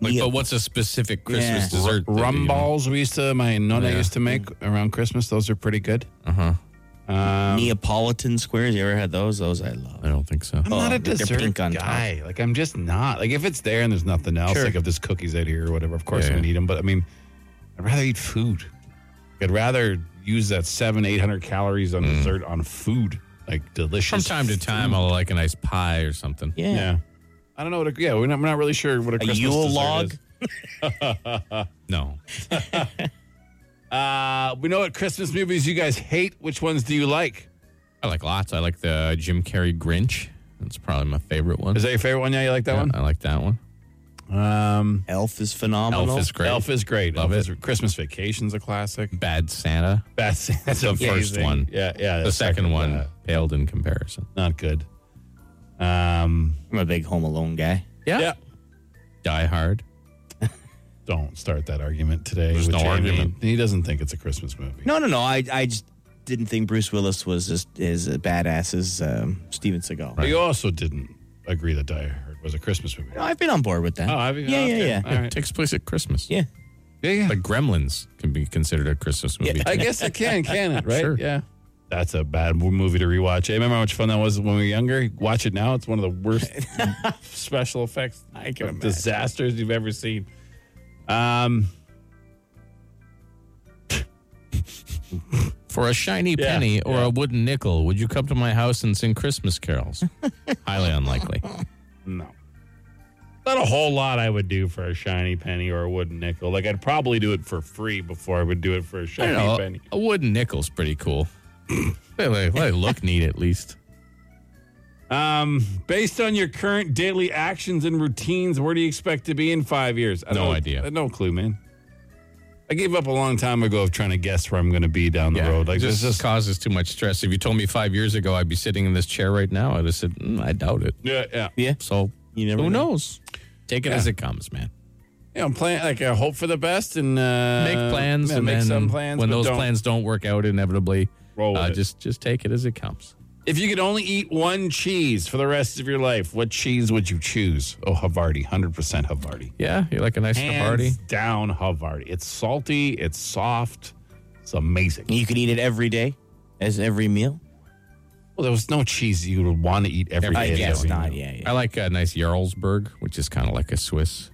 S4: Like,
S3: Yeah.
S4: but what's a specific Christmas
S3: Yeah.
S4: dessert? that
S2: Rum
S4: you-
S2: balls we used to, my nonna
S4: Yeah.
S2: used to make around Christmas. Those are pretty good.
S3: Neapolitan squares. You ever had those? Those I love.
S4: I don't think so.
S2: I'm not a
S3: they're
S2: dessert
S3: pink on top.
S2: guy. Like I'm just not. Like if it's there and there's nothing else,
S3: Sure.
S2: like if there's cookies out here or whatever, of course
S4: Yeah,
S2: I'm gonna
S4: yeah.
S2: eat them. But I mean, I'd rather eat food. I'd rather use that seven, eight hundred calories on dessert on food, like
S4: From
S2: delicious.
S4: time to time, I'll like a nice pie or something.
S3: Yeah.
S2: yeah. I don't know what. A, yeah, we're not, we're not really sure what a,
S3: A
S2: Christmas
S3: Yule
S2: dessert
S3: log?
S2: is.
S4: No.
S2: Uh, we know what Christmas movies you guys hate. Which ones do you like?
S4: I like lots. I like the Jim Carrey Grinch. That's probably my favorite one.
S2: Is that your favorite one? Yeah, you like that
S4: Yeah,
S2: one.
S4: I like that one.
S2: Um,
S3: Elf is phenomenal.
S4: Elf is great.
S2: Elf is great.
S4: Love
S2: Elf
S4: it.
S2: is- Christmas Vacation's a classic.
S4: Bad Santa.
S2: That's that's
S4: The
S2: amazing.
S4: first one.
S2: Yeah, yeah.
S4: The second one
S2: uh,
S4: paled in comparison.
S2: not good. Um,
S3: I'm a big Home Alone guy.
S2: yeah.
S4: Die Hard.
S2: Don't start that argument today.
S4: There's
S2: with
S4: no
S2: Jamie.
S4: argument.
S2: He doesn't think it's a Christmas movie.
S3: No, no, no. I, I just didn't think Bruce Willis was as, as badass as um, Steven Seagal.
S2: But you also didn't agree that Die Hard was a Christmas movie.
S3: No, I've been on board with that.
S2: Oh, have you?
S3: Yeah,
S2: Oh,
S3: yeah,
S2: okay.
S3: yeah.
S2: All right.
S4: Takes place at Christmas.
S3: Yeah.
S2: Yeah, yeah.
S4: The Gremlins can be considered a Christmas movie.
S2: I guess it can, can it? Right?
S4: Sure.
S2: Yeah. That's a bad mo- movie to rewatch. Hey, remember how much fun that was when we were younger? Watch it now. It's one of the worst special effects
S3: I can imagine.
S2: disasters you've ever seen. Um,
S4: For a shiny
S2: Yeah,
S4: penny or
S2: yeah.
S4: a wooden nickel, would you come to my house and sing Christmas carols? Highly unlikely.
S2: No. Not a whole lot I would do for a shiny penny or a wooden nickel. Like I'd probably do it for free before I would do it for a
S4: I
S2: shiny
S4: don't know.
S2: penny.
S4: A wooden nickel's pretty cool. they, they- they look neat at least.
S2: Um, based on your current daily actions and routines, where do you expect to be in five years? I
S4: No
S2: don't-
S4: idea.
S2: I have no clue, man. I gave up a long time ago of trying to guess where I'm going to be down the road. Like
S4: just,
S2: this is
S4: causes too much stress. If you told me five years ago I'd be sitting in this chair right now, I'd have said, "Mm, I doubt it.
S2: yeah, yeah, yeah.
S3: Yeah.
S4: So
S3: You never
S4: who
S3: know.
S4: knows? Take it
S2: Yeah.
S4: as it comes, man.
S2: I'm playing like I hope for the best and uh,
S4: Make plans
S2: yeah,
S4: and
S2: make
S4: then
S2: some plans.
S4: when
S2: but
S4: those
S2: don't.
S4: plans don't work out inevitably,
S2: Roll with
S4: uh,
S2: it.
S4: just just take it as it comes.
S2: If you could only eat one cheese for the rest of your life, what cheese would you choose? Oh, Havarti, 100% Havarti.
S4: Yeah, you're like a nice party.
S2: Hands down Havarti. It's salty, it's soft, it's amazing.
S3: You could eat it every day as every meal.
S2: Well, there was no cheese you would want to eat every
S3: I
S2: day.
S3: guess
S2: though, you
S3: not.
S2: know.
S3: Yeah,
S4: I
S3: yeah.
S4: like a nice Jarlsberg, which is kind of like a Swiss.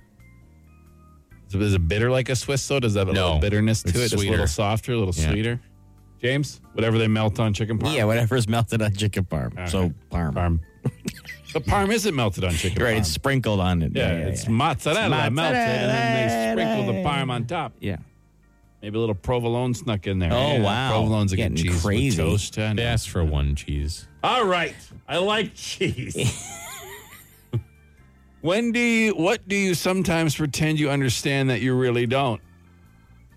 S2: So is it bitter like a Swiss though? Does that have a
S4: No.
S2: little bitterness to
S4: It's
S2: it? It's a
S4: sweeter.
S2: little softer, a little
S4: Yeah.
S2: sweeter. James, whatever they melt on chicken parm.
S3: Yeah, whatever's melted on chicken parm. So parm.
S2: Parm. the parm isn't melted on chicken
S3: Right,
S2: parm.
S3: it's sprinkled on it.
S2: yeah, it's mozzarella,
S3: It's
S2: melted, and then they sprinkle the parm on top.
S3: yeah.
S2: Maybe a little provolone snuck in there.
S3: Oh, wow.
S2: Provolone's a
S3: Getting
S2: good cheese with
S3: crazy.
S2: toast. I know.
S4: They asked for one cheese.
S2: All right, I like cheese. when do you? What do you sometimes pretend you understand that you really don't?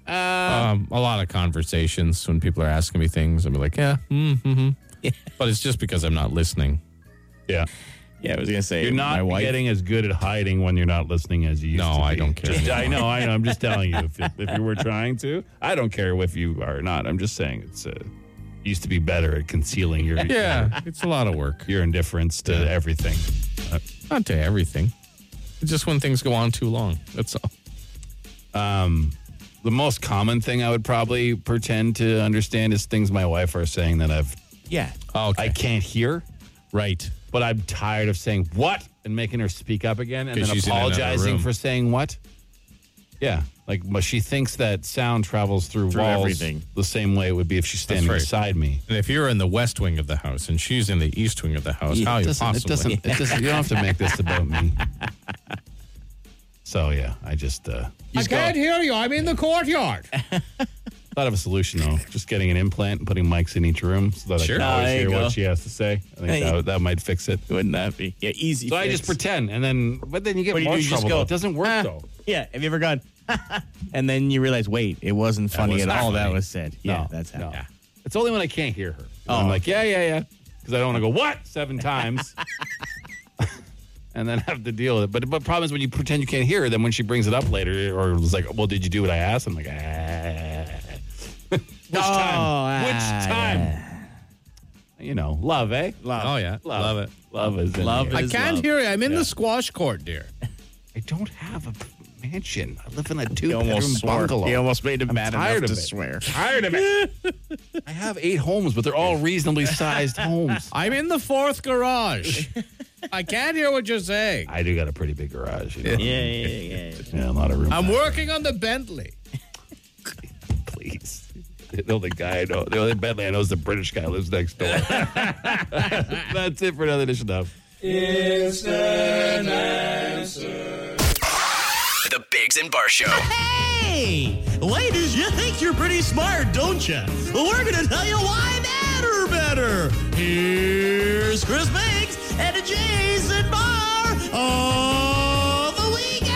S4: Um, a lot of conversations when people are asking me things, I'm like, yeah, mm, mm-hmm. but it's just because I'm not listening.
S2: Yeah,
S3: Yeah, I was gonna say
S2: you're
S3: my
S2: not
S3: wife.
S2: getting as good at hiding when you're not listening as you used
S4: No,
S2: to.
S4: I
S2: be.
S4: don't care
S2: Just- I know, I know. I'm just telling you. If, if you were trying to, I don't care if you are or not. I'm just saying it's. Uh, you used to be better at concealing your
S4: Yeah, it's a lot of work.
S2: your indifference to everything.
S4: Not to everything. It's just when things go on too long. That's all.
S2: The most common thing I would probably pretend to understand is things my wife are saying that I've
S3: Yeah.
S4: Okay.
S2: I can't hear.
S4: right.
S2: But I'm tired of saying what and making her speak up again and
S4: 'Cause
S2: then
S4: she's in another
S2: apologizing
S4: room.
S2: for saying what. Yeah, like but she thinks that sound travels through,
S3: Through
S2: walls
S3: everything.
S2: the same way it would be if she's standing
S4: right.
S2: beside me.
S4: And if you're in the west wing of the house and she's in the east wing of the house, how
S2: it
S4: you
S2: doesn't,
S4: possibly?
S2: It doesn't, it doesn't. You don't have to make this about me. So yeah, I just uh, just go-
S4: hear you. I'm in the courtyard.
S2: thought of a solution though. Just getting an implant and putting mics in each room so that
S4: Sure.
S2: I can
S4: Ah,
S2: always
S3: there you
S2: hear
S3: go.
S2: what she has to say. I think
S3: Hey.
S2: that, that might fix it.
S3: Wouldn't that be? Yeah, easy.
S2: So I
S3: fix.
S2: just pretend, and then but then you get
S3: What do you
S2: more
S3: do? You just
S2: trouble.
S3: go,
S2: though. it doesn't work
S3: "Ah."
S2: though.
S3: Yeah. Have you ever gone? and then you realize, wait, it wasn't funny
S4: was
S3: at
S4: not
S3: all. That
S4: funny.
S3: was said. Yeah,
S2: No,
S3: that's how.
S2: no.
S3: yeah.
S2: It's only when I can't hear her. Oh. I'm like, yeah, yeah, yeah, because I don't want to go what seven times, and then have to deal with it. But but problem is when you pretend you can't hear her, then when she brings it up later, or was like, well, did you do what I asked? I'm like, ah. which time?
S3: Oh, ah,
S2: which time? You know, love, eh? Love.
S4: Oh, yeah. Love it.
S2: Love is in
S3: Love
S2: the air.
S4: I
S3: is
S4: can't
S3: love.
S4: hear you. I'm in the squash court, dear.
S2: I don't have a p- mansion. I live in a
S3: He almost
S2: two-bedroom
S3: swore.
S2: bungalow.
S3: He almost made him mad
S2: tired
S3: enough to
S2: of it.
S3: swear.
S2: tired of it. I have eight homes, but they're all reasonably sized homes.
S4: I'm in the fourth garage. I can't hear what you're saying.
S2: I do got a pretty big garage. You know?
S3: Yeah, yeah, yeah.
S2: Yeah, a lot of room.
S4: I'm working on the Bentley.
S2: please. The only guy I know, the only Bentley I know is the British guy who lives next door. That's it for another edition of.
S1: The Bigs and Bar Show.
S3: Hey, ladies, you think you're pretty smart, don't you? Well, we're gonna tell you why matter better. Here's Chris Biggs and Jason Barr of the weekend.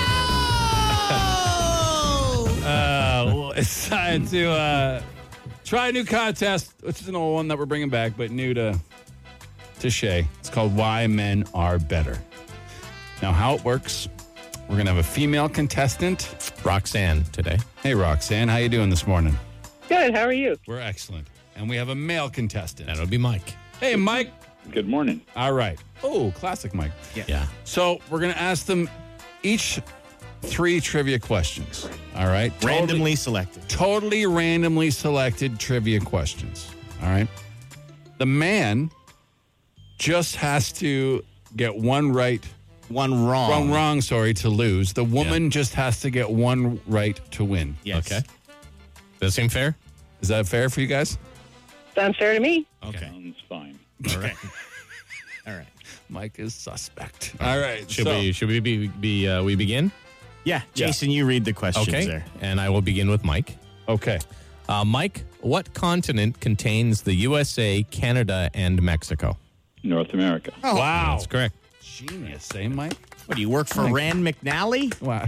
S2: Uh, well, it's time to uh, try a new contest, which is an old one that we're bringing back, but new to to Shay. It's called Why Men Are Better. Now, how it works? We're gonna have a female contestant.
S4: Roxanne today.
S2: Hey, Roxanne, how you doing this morning?
S8: Good. How are you?
S2: We're excellent, and we have a male contestant.
S4: That'll be Mike.
S2: Hey, Mike.
S10: Good morning.
S2: All right. Oh, classic Mike.
S4: Yeah.
S2: So we're gonna ask them each three trivia questions. All right. Totally-
S3: Randomly selected.
S2: totally randomly selected trivia questions. All right. The man just has to get one right,
S3: One wrong.
S2: wrong, wrong, sorry, to lose. The woman just has to get one right to win.
S3: Yes.
S4: Okay. Does that seem fair?
S2: Is that fair for you guys?
S8: Sounds fair to me.
S3: Okay.
S10: Sounds fine.
S3: All right. All right.
S2: Mike is suspect. All right.
S4: Should
S2: so-
S4: we should we be, be uh, we begin?
S3: Yeah, Jason, you read the questions
S4: Okay.
S3: there.
S4: And I will begin with Mike.
S2: Okay.
S4: Uh, Mike, what continent contains the USA, Canada, and Mexico?
S10: North America.
S2: wow.
S4: That's correct.
S2: Genius, eh, Mike?
S3: What do you work for, Rand McNally?
S2: Oh Wow.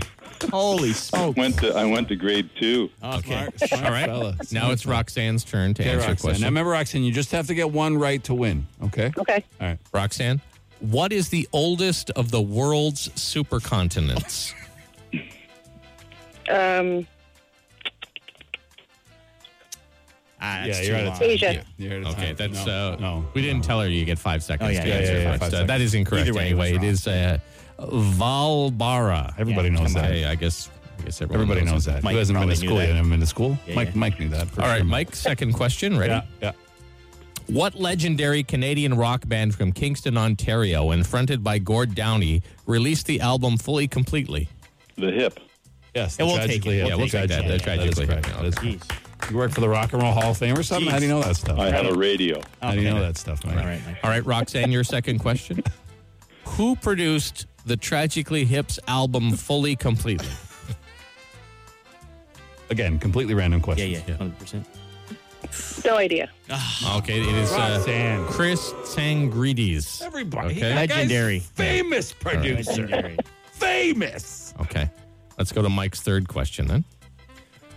S3: Holy smokes!
S10: Went to I went to grade two.
S3: Okay.
S4: All right. Now it's Roxanne's turn to
S2: Okay,
S4: answer a
S2: Oh, Roxanne.
S4: question.
S2: Now remember, Roxanne, you just have to get one right to win. Okay.
S8: Okay.
S2: All right.
S4: Roxanne, what is the oldest of the world's supercontinents?
S8: Um,
S3: Ah,
S2: Yeah, you're
S3: that's too
S2: out of
S3: long.
S2: time.
S8: Asia.
S2: You're out of
S4: okay,
S2: time.
S4: that's
S2: no,
S4: uh,
S2: no.
S4: We didn't tell her you get five seconds.
S3: Oh, yeah,
S4: to
S3: yeah,
S4: answer
S2: yeah, yeah,
S4: five
S2: five
S4: so
S2: seconds.
S4: that is incorrect.
S3: Either way, it
S4: anyway, it
S3: was
S4: is uh, Valbara.
S2: Everybody
S4: Yeah,
S2: knows
S4: come on.
S2: that.
S4: Hey, I guess. I guess everyone
S2: Everybody knows
S4: it.
S2: that.
S3: Mike
S2: Who hasn't been to
S3: probably knew
S2: school
S3: that.
S2: yet? Haven't been to school.
S3: Yeah,
S2: Mike,
S3: yeah.
S2: Mike knew that. for
S4: All right,
S2: sure.
S4: Mike. Second question. Ready?
S2: Yeah, yeah.
S4: What legendary Canadian rock band from Kingston, Ontario, and fronted by Gord Downey, released the album fully completely?
S10: The hip.
S2: Yes,
S3: Yeah, we'll take it.
S2: hip.
S3: Yeah, we'll
S4: take that.
S2: Tragically
S4: The
S2: hip.
S4: tragically
S2: That is
S4: hip.
S2: correct. That is correct.
S3: Jeez.
S2: You work for the Rock and Roll Hall of Fame or something? How do you know that stuff?
S10: I had a radio.
S2: How do you know that stuff, Mike?
S3: All right, Mike.
S4: All right, Roxanne, your second question. Who produced the Tragically Hip's album fully completely?
S2: Again, completely random
S3: Yeah,
S2: question.
S3: yeah, hundred percent.
S8: no idea.
S4: Okay, it is uh,
S2: Roxanne.
S4: Chris Sangridis.
S2: Everybody.
S4: Okay.
S2: That guy's
S3: Legendary.
S2: Famous producer. Famous.
S4: Okay. Let's go to Mike's third question then.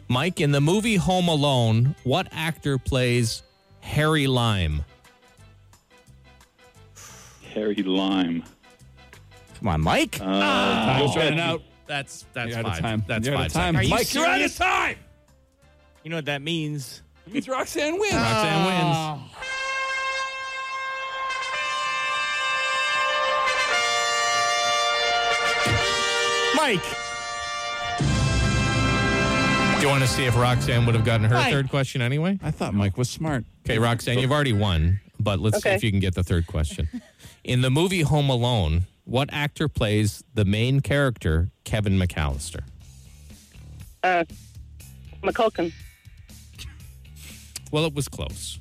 S4: Mike, in the movie Home Alone, what actor plays Harry Lime?
S10: Harry Lime.
S3: Come on, Mike.
S2: Uh, Time's running out.
S4: That's that's
S2: You're out of time.
S4: That's
S2: You're out
S4: five
S2: of time.
S4: seconds.
S3: you
S2: Mike, you're out of
S3: serious?
S2: time.
S3: you know what that means?
S2: It means Roxanne wins.
S4: Roxanne wins.
S3: Mike.
S4: Do you want to see if Roxanne would have gotten her
S3: Mike.
S4: third question anyway?
S2: I thought Mike was smart.
S4: Okay, Roxanne, you've already won, but let's see
S8: Okay.
S4: if you can get the third question. In the movie Home Alone, what actor plays the main character, Kevin McAllister?
S11: Uh, McCulkin.
S4: Well, it was close.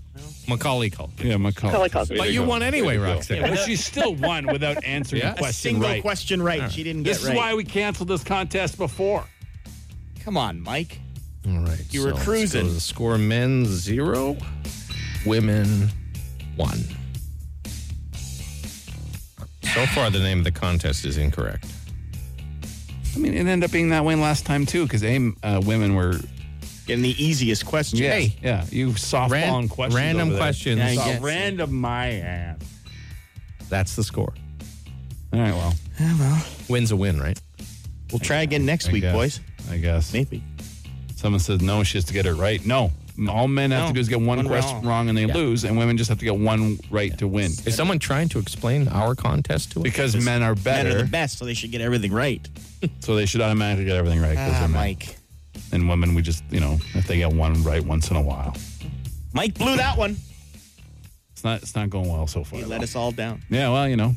S4: Macaulay Culkin.
S2: Yeah, Macaulay.
S11: Macaulay Culkin.
S4: But you won anyway, Roxanne.
S2: But she still won without answering
S4: Yeah?
S2: the
S4: A
S2: question
S3: Single
S2: right.
S3: question right. She didn't get
S2: This
S3: right.
S2: is why we canceled this contest before.
S3: Come on, Mike.
S4: All right.
S3: You were
S4: so let's
S3: cruising.
S4: go to the score men zero, women one. So far, the name of the contest is incorrect.
S2: I mean, it ended up being that way last time too, because aim uh, women were.
S3: Getting the easiest question.
S2: Yeah,
S4: Hey.
S2: yeah. You softball
S4: Ran-
S2: on questions.
S4: random
S2: over there.
S4: questions.
S3: Yeah, I
S2: Soft-
S3: guess.
S2: random my ass.
S4: That's the score.
S2: All right. Well,
S4: Win's a win, right?
S3: We'll try again next
S2: I
S3: week,
S2: guess.
S3: boys.
S2: I guess
S3: Maybe.
S2: someone says no. She has to get it right. No. All men have
S3: No.
S2: to do is get one,
S3: One
S2: question
S3: wrong.
S2: wrong. and they lose, and women just have to get one right to win.
S4: Is someone trying to explain our contest to us?
S2: Because men are
S3: Men
S2: better,
S3: are the best, so they should get everything right.
S2: so they should automatically get everything right. 'cause
S3: Ah,
S2: they're men.
S3: Mike.
S2: And women, we just you know, if they get one right once in a while,
S3: Mike blew that one.
S2: it's not it's not going well so far.
S3: He let us all down.
S2: Yeah, well, you know,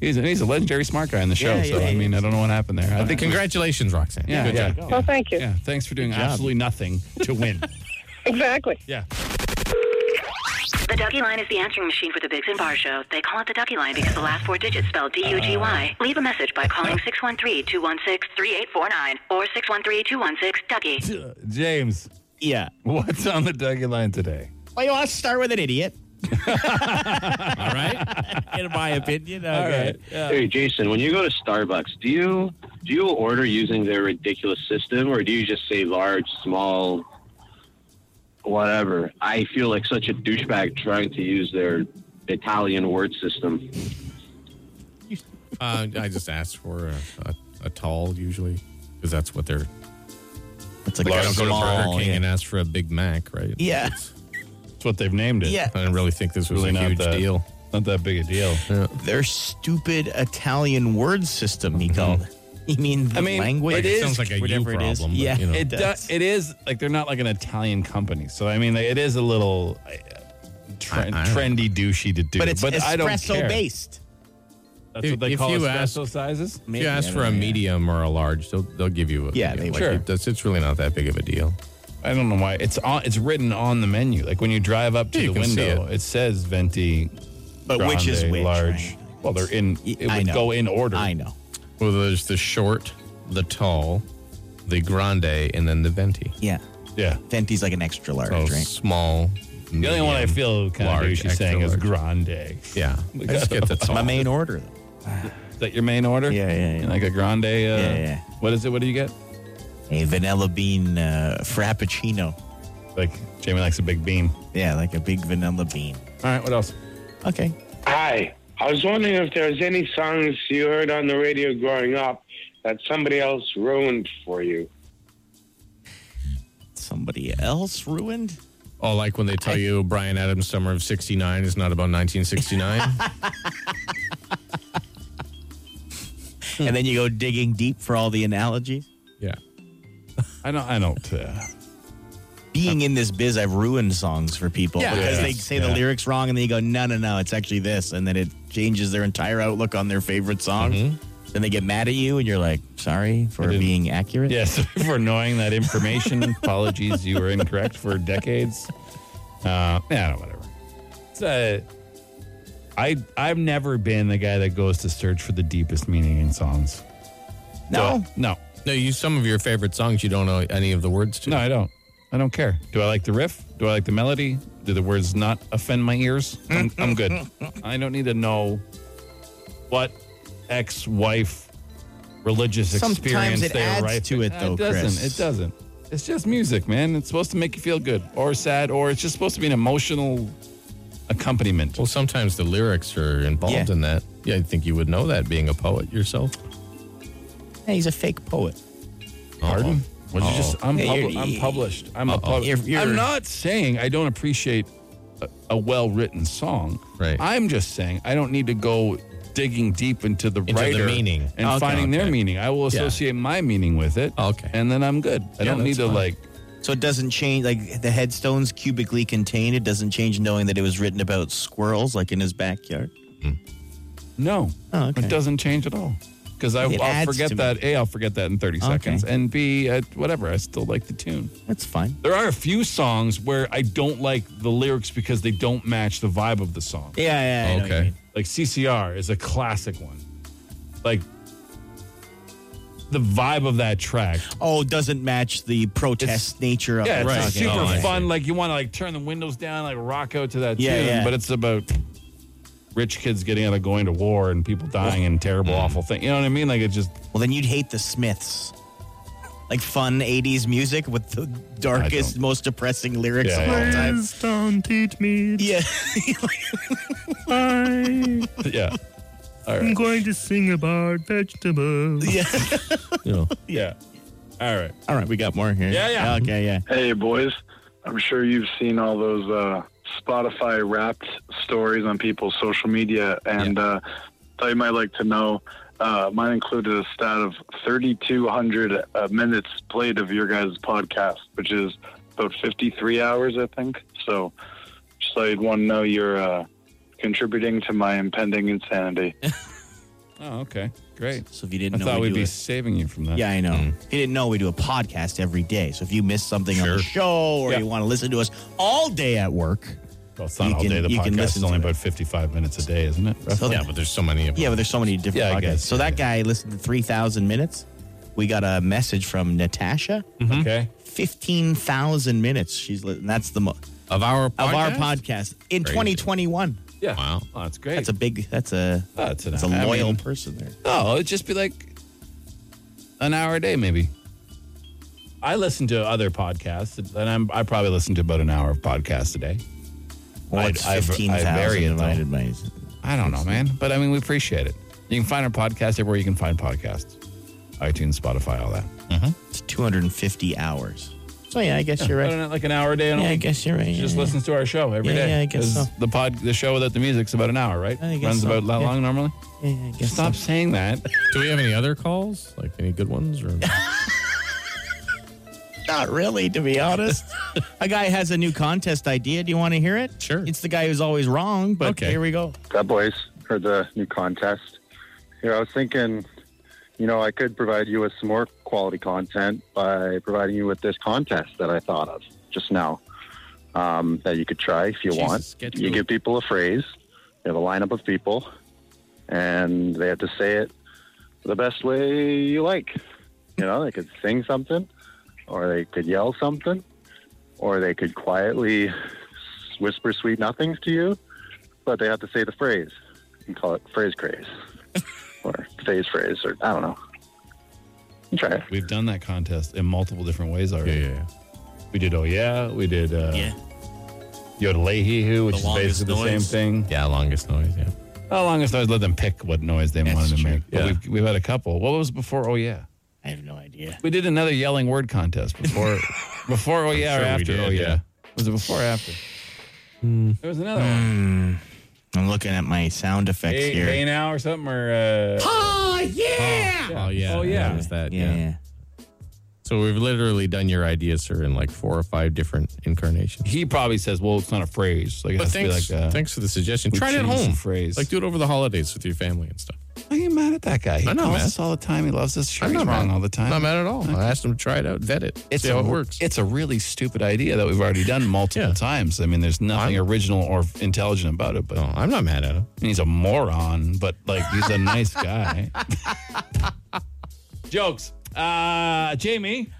S2: he's a, he's a legendary smart guy in the show.
S3: Yeah,
S2: so
S3: yeah,
S2: I
S3: he
S2: mean, I don't know what happened there. I think
S4: Congratulations, Roxanne.
S2: Yeah,
S4: Good
S2: yeah,
S4: job.
S2: yeah.
S11: Well, thank you.
S2: Yeah, thanks for doing absolutely nothing to win.
S11: Exactly.
S2: yeah.
S6: The Ducky Line is the answering machine for the Biggs and Bar Show. They call it the Ducky Line because the last four digits spell D-U-G-Y. Leave a message by calling 613-216-3849 or 613-216-DUCKY.
S2: James,
S3: Yeah.
S2: what's on the Dougie line today?
S3: Playoffs start with an idiot.
S4: All right.
S3: In my opinion. Okay.
S12: Hey Jason, when you go to Starbucks, do you do you order using their ridiculous system or do you just say large, small, whatever? I feel like such a douchebag trying to use their Italian word system.
S4: Uh, I just asked for a, a, a tall usually because that's what they're.
S3: It's like,
S4: Like, I
S3: a
S4: don't go to
S3: small,
S4: Burger King
S3: yeah.
S4: and ask for a Big Mac, right?
S3: Yeah.
S2: That's what they've named it.
S3: Yeah.
S4: I didn't really think this was
S2: Really
S4: a
S2: not
S4: huge
S2: that,
S4: deal.
S2: Not that big a deal.
S3: Their stupid Italian word system, he called
S4: Mm-hmm.
S3: it. You mean the
S2: I mean,
S3: language?
S2: it is- Sounds
S4: like a you
S3: whatever it is.
S4: problem, but,
S3: Yeah,
S4: you know.
S3: it
S2: It
S3: does.
S2: do, it is like they're not like an Italian company, so I mean like, it is a little uh, tre-
S4: I- I don't-
S2: trendy, douchey to do.
S3: but it's
S2: I don't
S3: espresso
S2: care.
S3: based.
S2: That's
S4: If-
S2: what they
S4: if
S2: call
S4: you
S2: espresso sizes.
S4: If you ask for a medium or a large, they'll, they'll give you a
S3: Yeah,
S4: medium.
S3: they would.
S4: Sure. It does- it's really not that big of a deal.
S2: I don't know why it's on. It's written on the menu. Like when you drive up to
S4: Yeah, you
S2: the
S4: can see
S2: window, it. says venti,
S3: But which is
S2: grande,
S3: which?
S2: large.
S3: right?
S2: Well, they're in.
S3: Y-
S2: It would
S3: I know.
S2: go in order.
S3: I know.
S4: Well, there's the short, the tall, the grande, and then the venti.
S3: Yeah.
S2: Yeah.
S3: Venti's like an extra large
S4: So
S3: drink.
S4: Oh, small.
S2: The only one I feel kind
S4: large,
S2: of douchey saying is
S4: extra
S2: grande.
S4: Yeah. I just get that's all.
S3: My main order, though.
S2: Is that your main order?
S3: Yeah, yeah, yeah.
S2: Like a grande. Uh,
S3: Yeah, yeah.
S2: What is it? What do you get?
S3: A vanilla bean uh, frappuccino.
S2: Like Jamie likes a big bean.
S3: Yeah, like a big vanilla bean.
S2: All right. What else?
S3: Okay.
S13: Hi. I was wondering if there's any songs you heard on the radio growing up that somebody else ruined for you.
S3: Somebody else ruined?
S4: Oh, like when they tell you Brian Adams' Summer of 69 is not about 1969? Hmm.
S3: and then you go digging deep for all the analogies.
S4: yeah.
S2: I don't. I don't. Uh,
S3: Being in this biz, I've ruined songs for people
S4: Yeah.
S3: because
S2: Yeah.
S3: they say the
S2: Yeah.
S3: lyrics wrong and then you go, no, no, no, it's actually this. And then it changes their entire outlook on their favorite song.
S2: Mm-hmm.
S3: Then they get mad at you and you're like, sorry for
S2: didn't-
S3: being accurate.
S2: Yes, for knowing that information. Apologies, you were incorrect for decades. Uh, yeah, whatever. It's, uh, I I've never been the guy that goes to search for the deepest meaning in songs.
S3: No.
S2: Do I- no,
S4: No, you some of your favorite songs you don't know any of the words to.
S2: no, I don't. I don't care. Do I like the riff? Do I like the melody? Do the words not offend my ears? I'm, I'm good. I don't need to know what ex-wife religious
S3: Sometimes
S2: experience
S3: it
S2: they
S3: adds
S2: were right
S3: to it,
S2: Uh,
S3: though,
S2: It doesn't. It
S3: Chris.
S2: doesn't. It's just music, man. It's supposed to make you feel good or sad, or it's just supposed to be an emotional accompaniment.
S4: Well, sometimes the lyrics are involved
S3: Yeah.
S4: in that. Yeah, I think you would know that being a poet yourself.
S3: Hey, he's a fake poet.
S2: Pardon? Was you
S4: Uh-oh.
S2: just I'm,
S3: Yeah,
S2: publi-
S3: you're-
S2: I'm published. I'm a pub-
S3: You're- you're-
S2: I'm not saying I don't appreciate a, a well-written song.
S4: Right.
S2: I'm just saying I don't need to go digging deep into the
S4: Into the
S2: writer
S4: meaning.
S2: and
S4: Okay,
S2: finding their
S4: okay.
S2: meaning. I will
S4: Yeah.
S2: associate my meaning with it.
S4: Okay.
S2: And then I'm good. I
S4: Yeah,
S2: don't need
S4: that's
S2: to
S4: fine.
S2: like
S3: So it doesn't change, like the headstone's cubically contained. It doesn't change knowing that it was written about squirrels, like in his backyard.
S2: No, it doesn't change at all. Because I,
S3: It
S2: I'll
S3: adds
S2: forget
S3: to me.
S2: that. A, I'll forget that in 30
S3: Okay.
S2: seconds. And B, uh, whatever, I still like the tune.
S3: That's fine.
S2: There are a few songs where I don't like the lyrics because they don't match the vibe of the song.
S3: Yeah, yeah, I know what you
S2: okay. Like CCR is a classic one. Like the vibe of that track.
S3: Oh, doesn't match the protest nature of
S2: yeah,
S3: it.
S2: it's
S3: Okay.
S2: super
S3: Oh, I see.
S2: fun. Like you want to like turn the windows down, like rock out to that
S3: Yeah,
S2: tune.
S3: yeah.
S2: But it's about rich kids getting out of going to war and people dying and terrible,
S3: Mm.
S2: awful thing. You know what I mean? Like it just
S3: Well, then you'd hate the Smiths. Like fun 80s music with the darkest, most depressing lyrics
S2: Yeah,
S3: of all
S2: yeah.
S3: time.
S14: don't teach me.
S3: Yeah.
S14: I'm
S2: yeah. All right.
S14: going to sing about vegetables.
S3: Yeah.
S2: Yeah. All right.
S3: All right, we got more here.
S15: Yeah, yeah.
S3: Okay, yeah.
S15: Hey, boys. I'm sure you've seen all those uh, Spotify wrapped stories on people's social media, and uh, thought you might like to know. Uh, mine included a stat of 3,200 uh, minutes played of your guys' podcast, which is about 53 hours, I think. So, just thought you'd want to know you're uh, contributing to my impending insanity.
S2: Oh, okay. Great.
S3: So if you didn't
S2: I
S3: know,
S2: thought we'd
S3: we do
S2: be Hmm.
S3: a-
S2: saving you from that.
S3: Yeah, I know. If you didn't know, we do a podcast every day. So if you miss something on the show or you want to listen to us all day at work,
S2: Well, it's not
S3: you
S2: all
S3: can-
S2: day. The
S3: you can
S2: podcast
S3: listen
S2: is
S3: to
S2: only about 55 minutes a day, isn't it?
S3: So- Yeah,
S2: but there's so many of
S3: yeah, but there's so many different
S2: Yeah, I
S3: podcasts.
S2: guess.
S3: so that guy listened to 3,000 minutes. We got a message from Natasha.
S2: Hmm. Okay.
S3: 15,000 minutes. She's li- and that's the mo-
S4: of our
S3: of our
S2: podcast?
S3: podcast in
S2: Crazy.
S3: 2021.
S2: Yeah. Wow. that's great.
S3: That's a big that's a
S2: That's an-
S3: that's a
S2: I
S3: loyal
S2: mean-
S3: person there.
S2: No, Oh, it'd just be like an hour a day, maybe. I listen to other podcasts, and I'm, I probably listen to about an hour of podcasts a day.
S3: What's
S2: I- I- I vary
S3: 15,000
S2: it, though.
S3: divided by
S2: I don't know, man. But I mean, we appreciate it. You can find our podcast everywhere you can find podcasts iTunes, Spotify, all that.
S3: It's 250 hours. So Oh, yeah, I guess you're right.
S2: I don't know, like an hour a day. and a
S3: Yeah, I
S2: week.
S3: guess you're right.
S2: She
S3: Yeah,
S2: just
S3: yeah.
S2: listens to our show every
S3: Yeah,
S2: day.
S3: yeah, I guess
S2: 'Cause
S3: so.
S2: The pod, the show without the music's about an hour, right?
S3: I guess
S2: Runs
S3: so.
S2: about that
S3: Yeah.
S2: long normally.
S3: Yeah, I guess
S2: Stop saying that.
S4: Do we have any other calls? Like any good ones? Or
S3: Not really, to be honest. a guy has a new contest idea. Do you want to hear it? Sure. It's the guy who's always wrong, but here we go.
S12: That boys for the new contest. Here, I was thinking, you know, I could provide you with some more quality content by providing you with this contest that I thought of just now um, that you could try if you want.
S16: get to
S12: You
S16: it.
S12: give people a phrase, you have a lineup of people, and they have to say it the best way you like. You know, they could sing something, or they could yell something, or they could quietly whisper sweet nothings to you, but they have to say the phrase. You can call it phrase craze or phase phrase, or I don't know. Try it.
S2: We've done that contest in multiple different ways already. Yeah, yeah, We did oh yeah, we did uh yeah. Yodelahee who, which
S4: The
S2: is
S4: longest
S2: basically the same
S4: noise.
S2: thing.
S4: yeah, longest noise. Yeah.
S2: How long is noise? Let them pick what noise they wanted to make. But
S4: Yeah.
S2: we've, we've had a couple. What was before? Oh yeah,
S3: I have no idea.
S2: we did another yelling word contest before. before oh yeah, or
S3: sure we
S2: after
S3: did,
S2: oh yeah.
S3: yeah.
S2: Was it before or after? There was another one.
S3: Hmm. I'm looking at my sound effects
S2: Hey,
S3: here.
S2: hey now or something or. Uh,
S3: Oh,
S2: yeah!
S4: Oh yeah.
S2: Oh, yeah.
S4: It was that.
S3: Yeah.
S4: So we've literally done your ideas, sir, in like four or five different incarnations.
S2: He probably says, "Well, it's not a phrase." Like, it
S4: but
S2: has to be
S4: thanks,
S2: like a-
S4: thanks for the suggestion.
S2: we
S4: Try it at
S2: changed the
S4: home.
S2: phrase.
S4: Like do it over the holidays with your family and stuff.
S2: Why are you mad at that guy? He
S4: I know,
S2: calls
S4: man.
S2: us all the time. He loves us. Sure,
S4: I'm
S2: he's
S4: not
S2: wrong
S4: mad.
S2: all the time.
S4: Not mad at all. I asked him to try it out, vet it,
S2: It's
S4: see
S2: a,
S4: how it works.
S2: It's a really stupid idea that we've already done multiple times. I mean, there's nothing original or intelligent about it. But
S4: I'm not mad at him.
S2: he's a moron, but like he's a nice guy. Jokes. Uh, Jamie.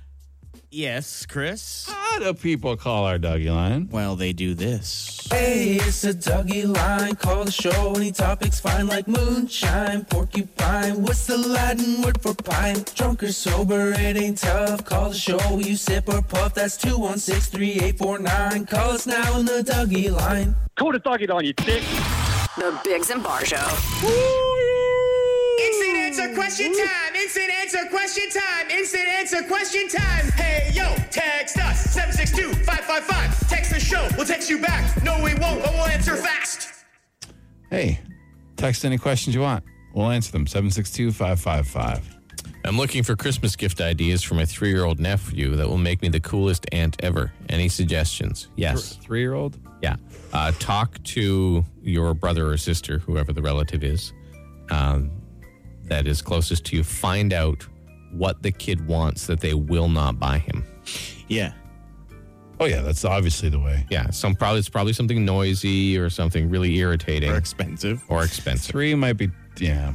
S3: Yes, Chris.
S2: How do people call our doggy line?
S3: Well, they do this.
S17: Hey, it's a Dougie line. Call the show. Any topics fine like moonshine, porcupine. What's the Latin word for pine? Drunk or sober, it ain't tough. Call the show. You sip or puff. That's 216 3849. Call us now on the Dougie line.
S18: Call the Dougie line, you dick.
S6: The Biggs and Bar Show.
S7: Instant answer question time. Instant answer question time. Instant answer question time. Hey, yo, text us 762 555. Text the show. We'll text you back. No, we won't, but we'll answer fast.
S2: Hey, text any questions you want. We'll answer them. 762 555.
S4: I'm looking for Christmas gift ideas for my three year old nephew that will make me the coolest aunt ever. Any suggestions? Yes.
S2: Three year old?
S4: Yeah. Uh, talk to your brother or sister, whoever the relative is um, that is closest to you. Find out what the kid wants that they will not buy him.
S19: Yeah.
S2: Oh yeah, that's obviously the way.
S4: Yeah, some probably it's probably something noisy or something really irritating
S19: or expensive
S4: or expensive.
S2: Three might be yeah,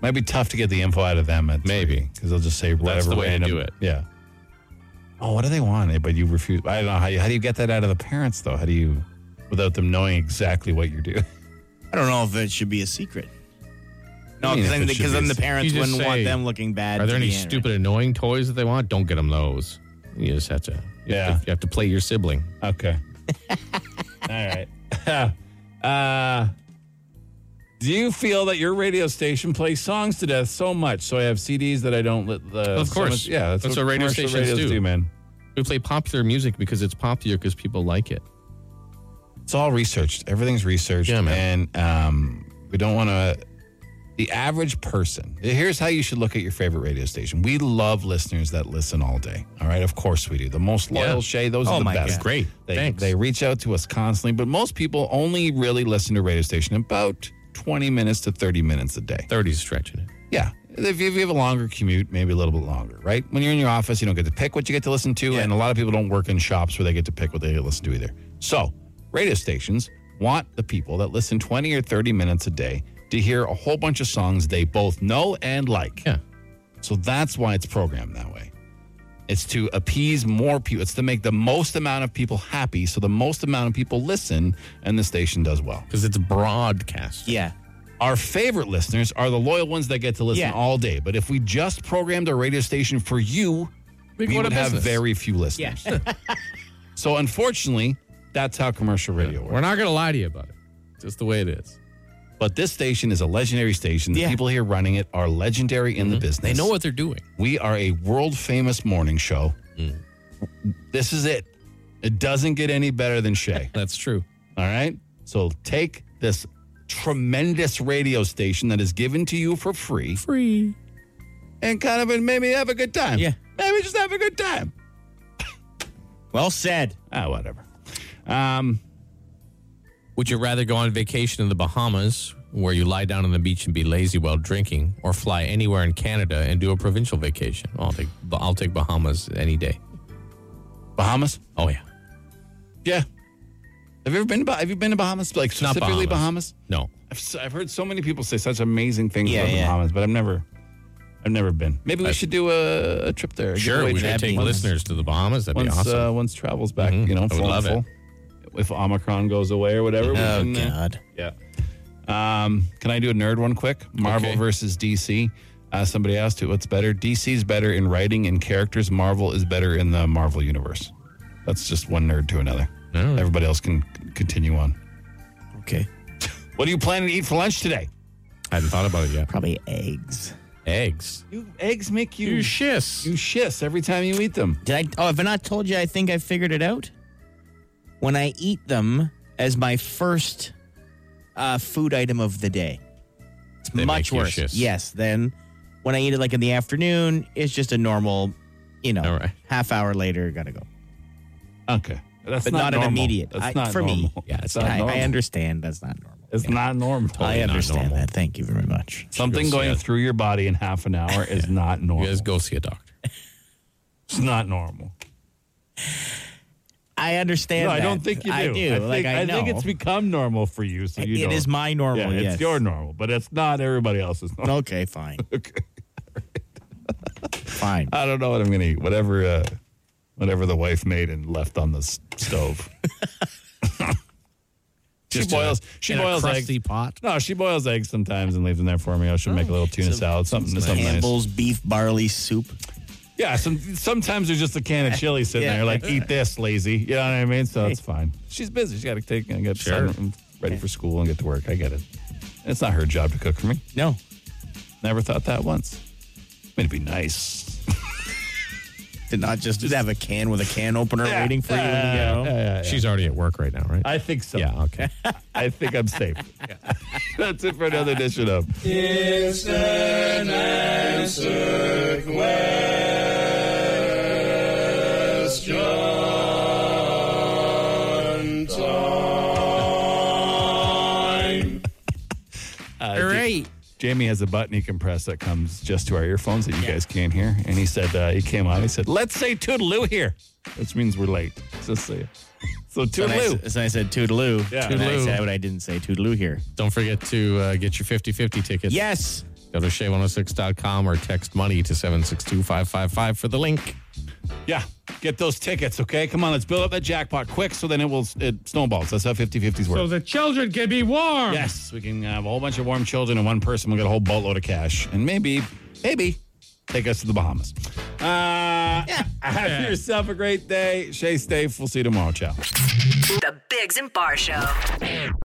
S2: might be tough to get the info out of them. At
S4: Maybe
S2: because they'll just say whatever.
S4: the way to
S2: random-
S4: do it.
S2: Yeah. Oh, what do they want? But you refuse. I don't know how you how do you get that out of the parents though? How do you without them knowing exactly what you're doing?
S19: I don't know if it should be a secret. No,
S2: I mean,
S19: because
S2: if
S19: then,
S2: it should
S19: because
S2: be
S19: then
S2: a
S19: the
S2: secret.
S19: parents
S4: You just
S19: wouldn't want
S4: say,
S19: them looking bad.
S4: Are there
S19: to
S4: any
S19: the internet.
S4: stupid annoying toys that they want? Don't get them those. You just have to. you have
S2: Yeah.
S4: to- you have to play your sibling.
S2: Okay. All right. uh, do you feel that your radio station plays songs to death so much? So I have CDs that I don't let the.
S4: Of course.
S2: so much- yeah, that's,
S4: That's
S2: what,
S4: what radio
S2: commercial
S4: stations
S2: radios
S4: do.
S2: man.
S4: We play popular music because it's popular because people like it.
S2: It's all researched. Everything's researched.
S4: Yeah,
S2: And um, we don't want to. The average person. Here's how you should look at your favorite radio station. We love listeners that listen all day. All right, of course we do. The most loyal,
S4: Yeah.
S2: Shay. Those
S4: Oh
S2: are the
S4: my
S2: best.
S4: God. Great.
S2: They,
S4: Thanks.
S2: They reach out to us constantly, but most people only really listen to radio station about 20 minutes to 30 minutes a day.
S4: 30 is stretching it.
S2: Yeah. If you, if you have a longer commute, maybe a little bit longer, right? When you're in your office, you don't get to pick what you get to listen to. And a lot of people don't work in shops where they get to pick what they get to listen to either. So, radio stations want the people that listen 20 or 30 minutes a day to hear a whole bunch of songs they both know and like.
S4: Yeah.
S2: So, that's why it's programmed that way. It's to appease more people, it's to make the most amount of people happy. So, the most amount of people listen, and the station does well.
S4: Because it's broadcast.
S19: Yeah.
S2: Our favorite listeners are the loyal ones that get to listen
S19: Yeah.
S2: all day. But if we just programmed a radio station for you, we,
S4: go out
S2: would
S4: of
S2: have
S4: business.
S2: very few listeners. so unfortunately, that's how commercial radio works.
S4: We're not going to lie to you about it. Just the way it is.
S2: But this station is a legendary station. The
S19: Yeah.
S2: people here running it are legendary in the business.
S4: Mm-hmm. They know what they're doing.
S2: We are a world famous morning show.
S4: Mm.
S2: This is it. It doesn't get any better than Shay.
S4: That's true.
S2: All right. So take this tremendous radio station that is given to you for free.
S4: Free.
S2: and kind of and maybe have a good time.
S19: Yeah.
S2: Maybe just have a good time.
S19: Well said.
S2: Ah, whatever. Um,
S4: Would you rather go on vacation in the Bahamas, where you lie down on the beach and be lazy while drinking, or fly anywhere in Canada and do a provincial vacation? I'll take, I'll take Bahamas any day.
S2: Bahamas?
S4: Oh, yeah.
S2: Yeah. Have you ever been to, Bah- have you been to Bahamas? Like
S4: Not
S2: specifically Bahamas?
S4: No.
S2: I've, s- I've heard so many people say such amazing things
S19: Yeah,
S2: about the
S19: yeah.
S2: Bahamas, but I've never I've never been. Maybe we
S4: I-
S2: should do a, a trip there. a
S4: Sure,
S2: getaway
S4: we
S2: trip.
S4: should take
S2: Once-
S4: listeners to the Bahamas. That'd
S2: once
S4: be awesome.
S2: uh, once travel's back,
S4: Mhm.
S2: you know,
S4: I would
S2: full and
S4: love it.
S2: full. If Omicron goes away or whatever, we
S19: Oh
S2: can, uh,
S19: God.
S2: Yeah. Um, can I do a nerd one quick? Marvel
S4: Okay.
S2: versus DC. Uh, somebody asked it, what's better? DC's better in writing and characters. Marvel is better in the Marvel universe. That's just one nerd to another.
S4: All right.
S2: Everybody else can c- continue on.
S19: Okay.
S2: What are you planning to eat for lunch today?
S4: I hadn't thought about it yet.
S19: Probably eggs.
S4: Eggs.
S2: You, eggs make you,
S4: You shiss.
S2: you shiss every time you eat them.
S19: Did I? Oh, have I not told you? I think I figured it out. When I eat them as my first uh, food item of the day, it's
S4: They
S19: much
S4: make you
S19: worse.
S4: shiz.
S19: Yes. Then when I eat it like in the afternoon, it's just a normal, you know,
S4: All right.
S19: half hour later, gotta go.
S2: Okay. That's
S19: But not, an
S2: normal.
S19: immediate.
S2: That's
S19: I-
S2: not
S19: for me.
S2: normal.
S19: Yeah,
S2: It's
S19: it's
S2: not
S19: I, I
S2: normal.
S19: understand that's not normal.
S2: It's
S19: Yeah.
S2: not normal.
S19: I
S4: not
S19: understand
S4: normal.
S19: that. Thank you very much.
S2: Something
S4: Gross,
S2: going
S4: yeah.
S2: through your body in half an hour is not normal.
S4: You guys go see a doctor.
S2: It's not normal.
S19: I understand.
S2: No, I
S19: that.
S2: don't think you do.
S19: I do.
S2: I
S19: like
S2: think,
S19: I know.
S2: think it's become normal for you, so you
S19: it
S2: don't.
S19: is my normal.
S2: Yeah,
S19: yes.
S2: it's your normal, but it's not everybody else's normal.
S19: Okay, fine.
S2: Okay. Uh,
S19: Fine.
S2: I don't know what I'm gonna eat. Whatever, uh, whatever the wife made and left on the s- stove. she
S4: Just in a-
S2: boils. she
S4: in a
S2: boils
S4: crusty
S2: eggs.
S4: pot?
S2: No, she boils eggs sometimes and leaves them there for me. I should make a little tuna salad, something, something nice.
S19: Campbell's beef barley soup.
S2: Yeah, some, sometimes there's just a can of chili sitting
S19: Yeah.
S2: there, like eat this, lazy. You know what I mean? So it's fine. She's busy. She's got to take and get
S4: Sure.
S2: son ready for school and get to work. I get it. It's not her job to cook for me.
S19: No.
S2: Never thought that once. I mean, it'd be nice.
S19: Did not just, have a can with a can opener waiting for you when
S2: Uh,
S19: you get home.
S4: She's already at work right now, right?
S2: I think so.
S4: yeah, okay.
S2: I think I'm safe. That's it for another edition of
S20: Instant answer question time.
S2: Uh,
S20: All right.
S2: Ja- Jamie has a button he can press that comes just to our earphones that you guys can't hear. And he said, uh, he came on, he said, let's say toodaloo here, which means we're late. Just say it. So
S19: So I,
S2: toodaloo.
S19: s- so I said toodaloo.
S2: Yeah.
S19: And I
S2: Toodaloo.
S19: said, but I didn't say toodaloo here.
S4: Don't forget to uh, get your 50 50 tickets.
S19: Yes.
S4: Go to shay106.com or text money to 762 555 for the link.
S2: Yeah. Get those tickets, okay? Come on, let's build up that jackpot quick so then it will it snowballs. That's how 50 50s work.
S21: So the children can be warm.
S2: yes, we can have a whole bunch of warm children and one person will get a whole boatload of cash and maybe, maybe take us to the Bahamas. Uh, Have yourself a great day. Shay Stafe, we'll see you tomorrow. Ciao.
S22: The Bigs and Bar Show.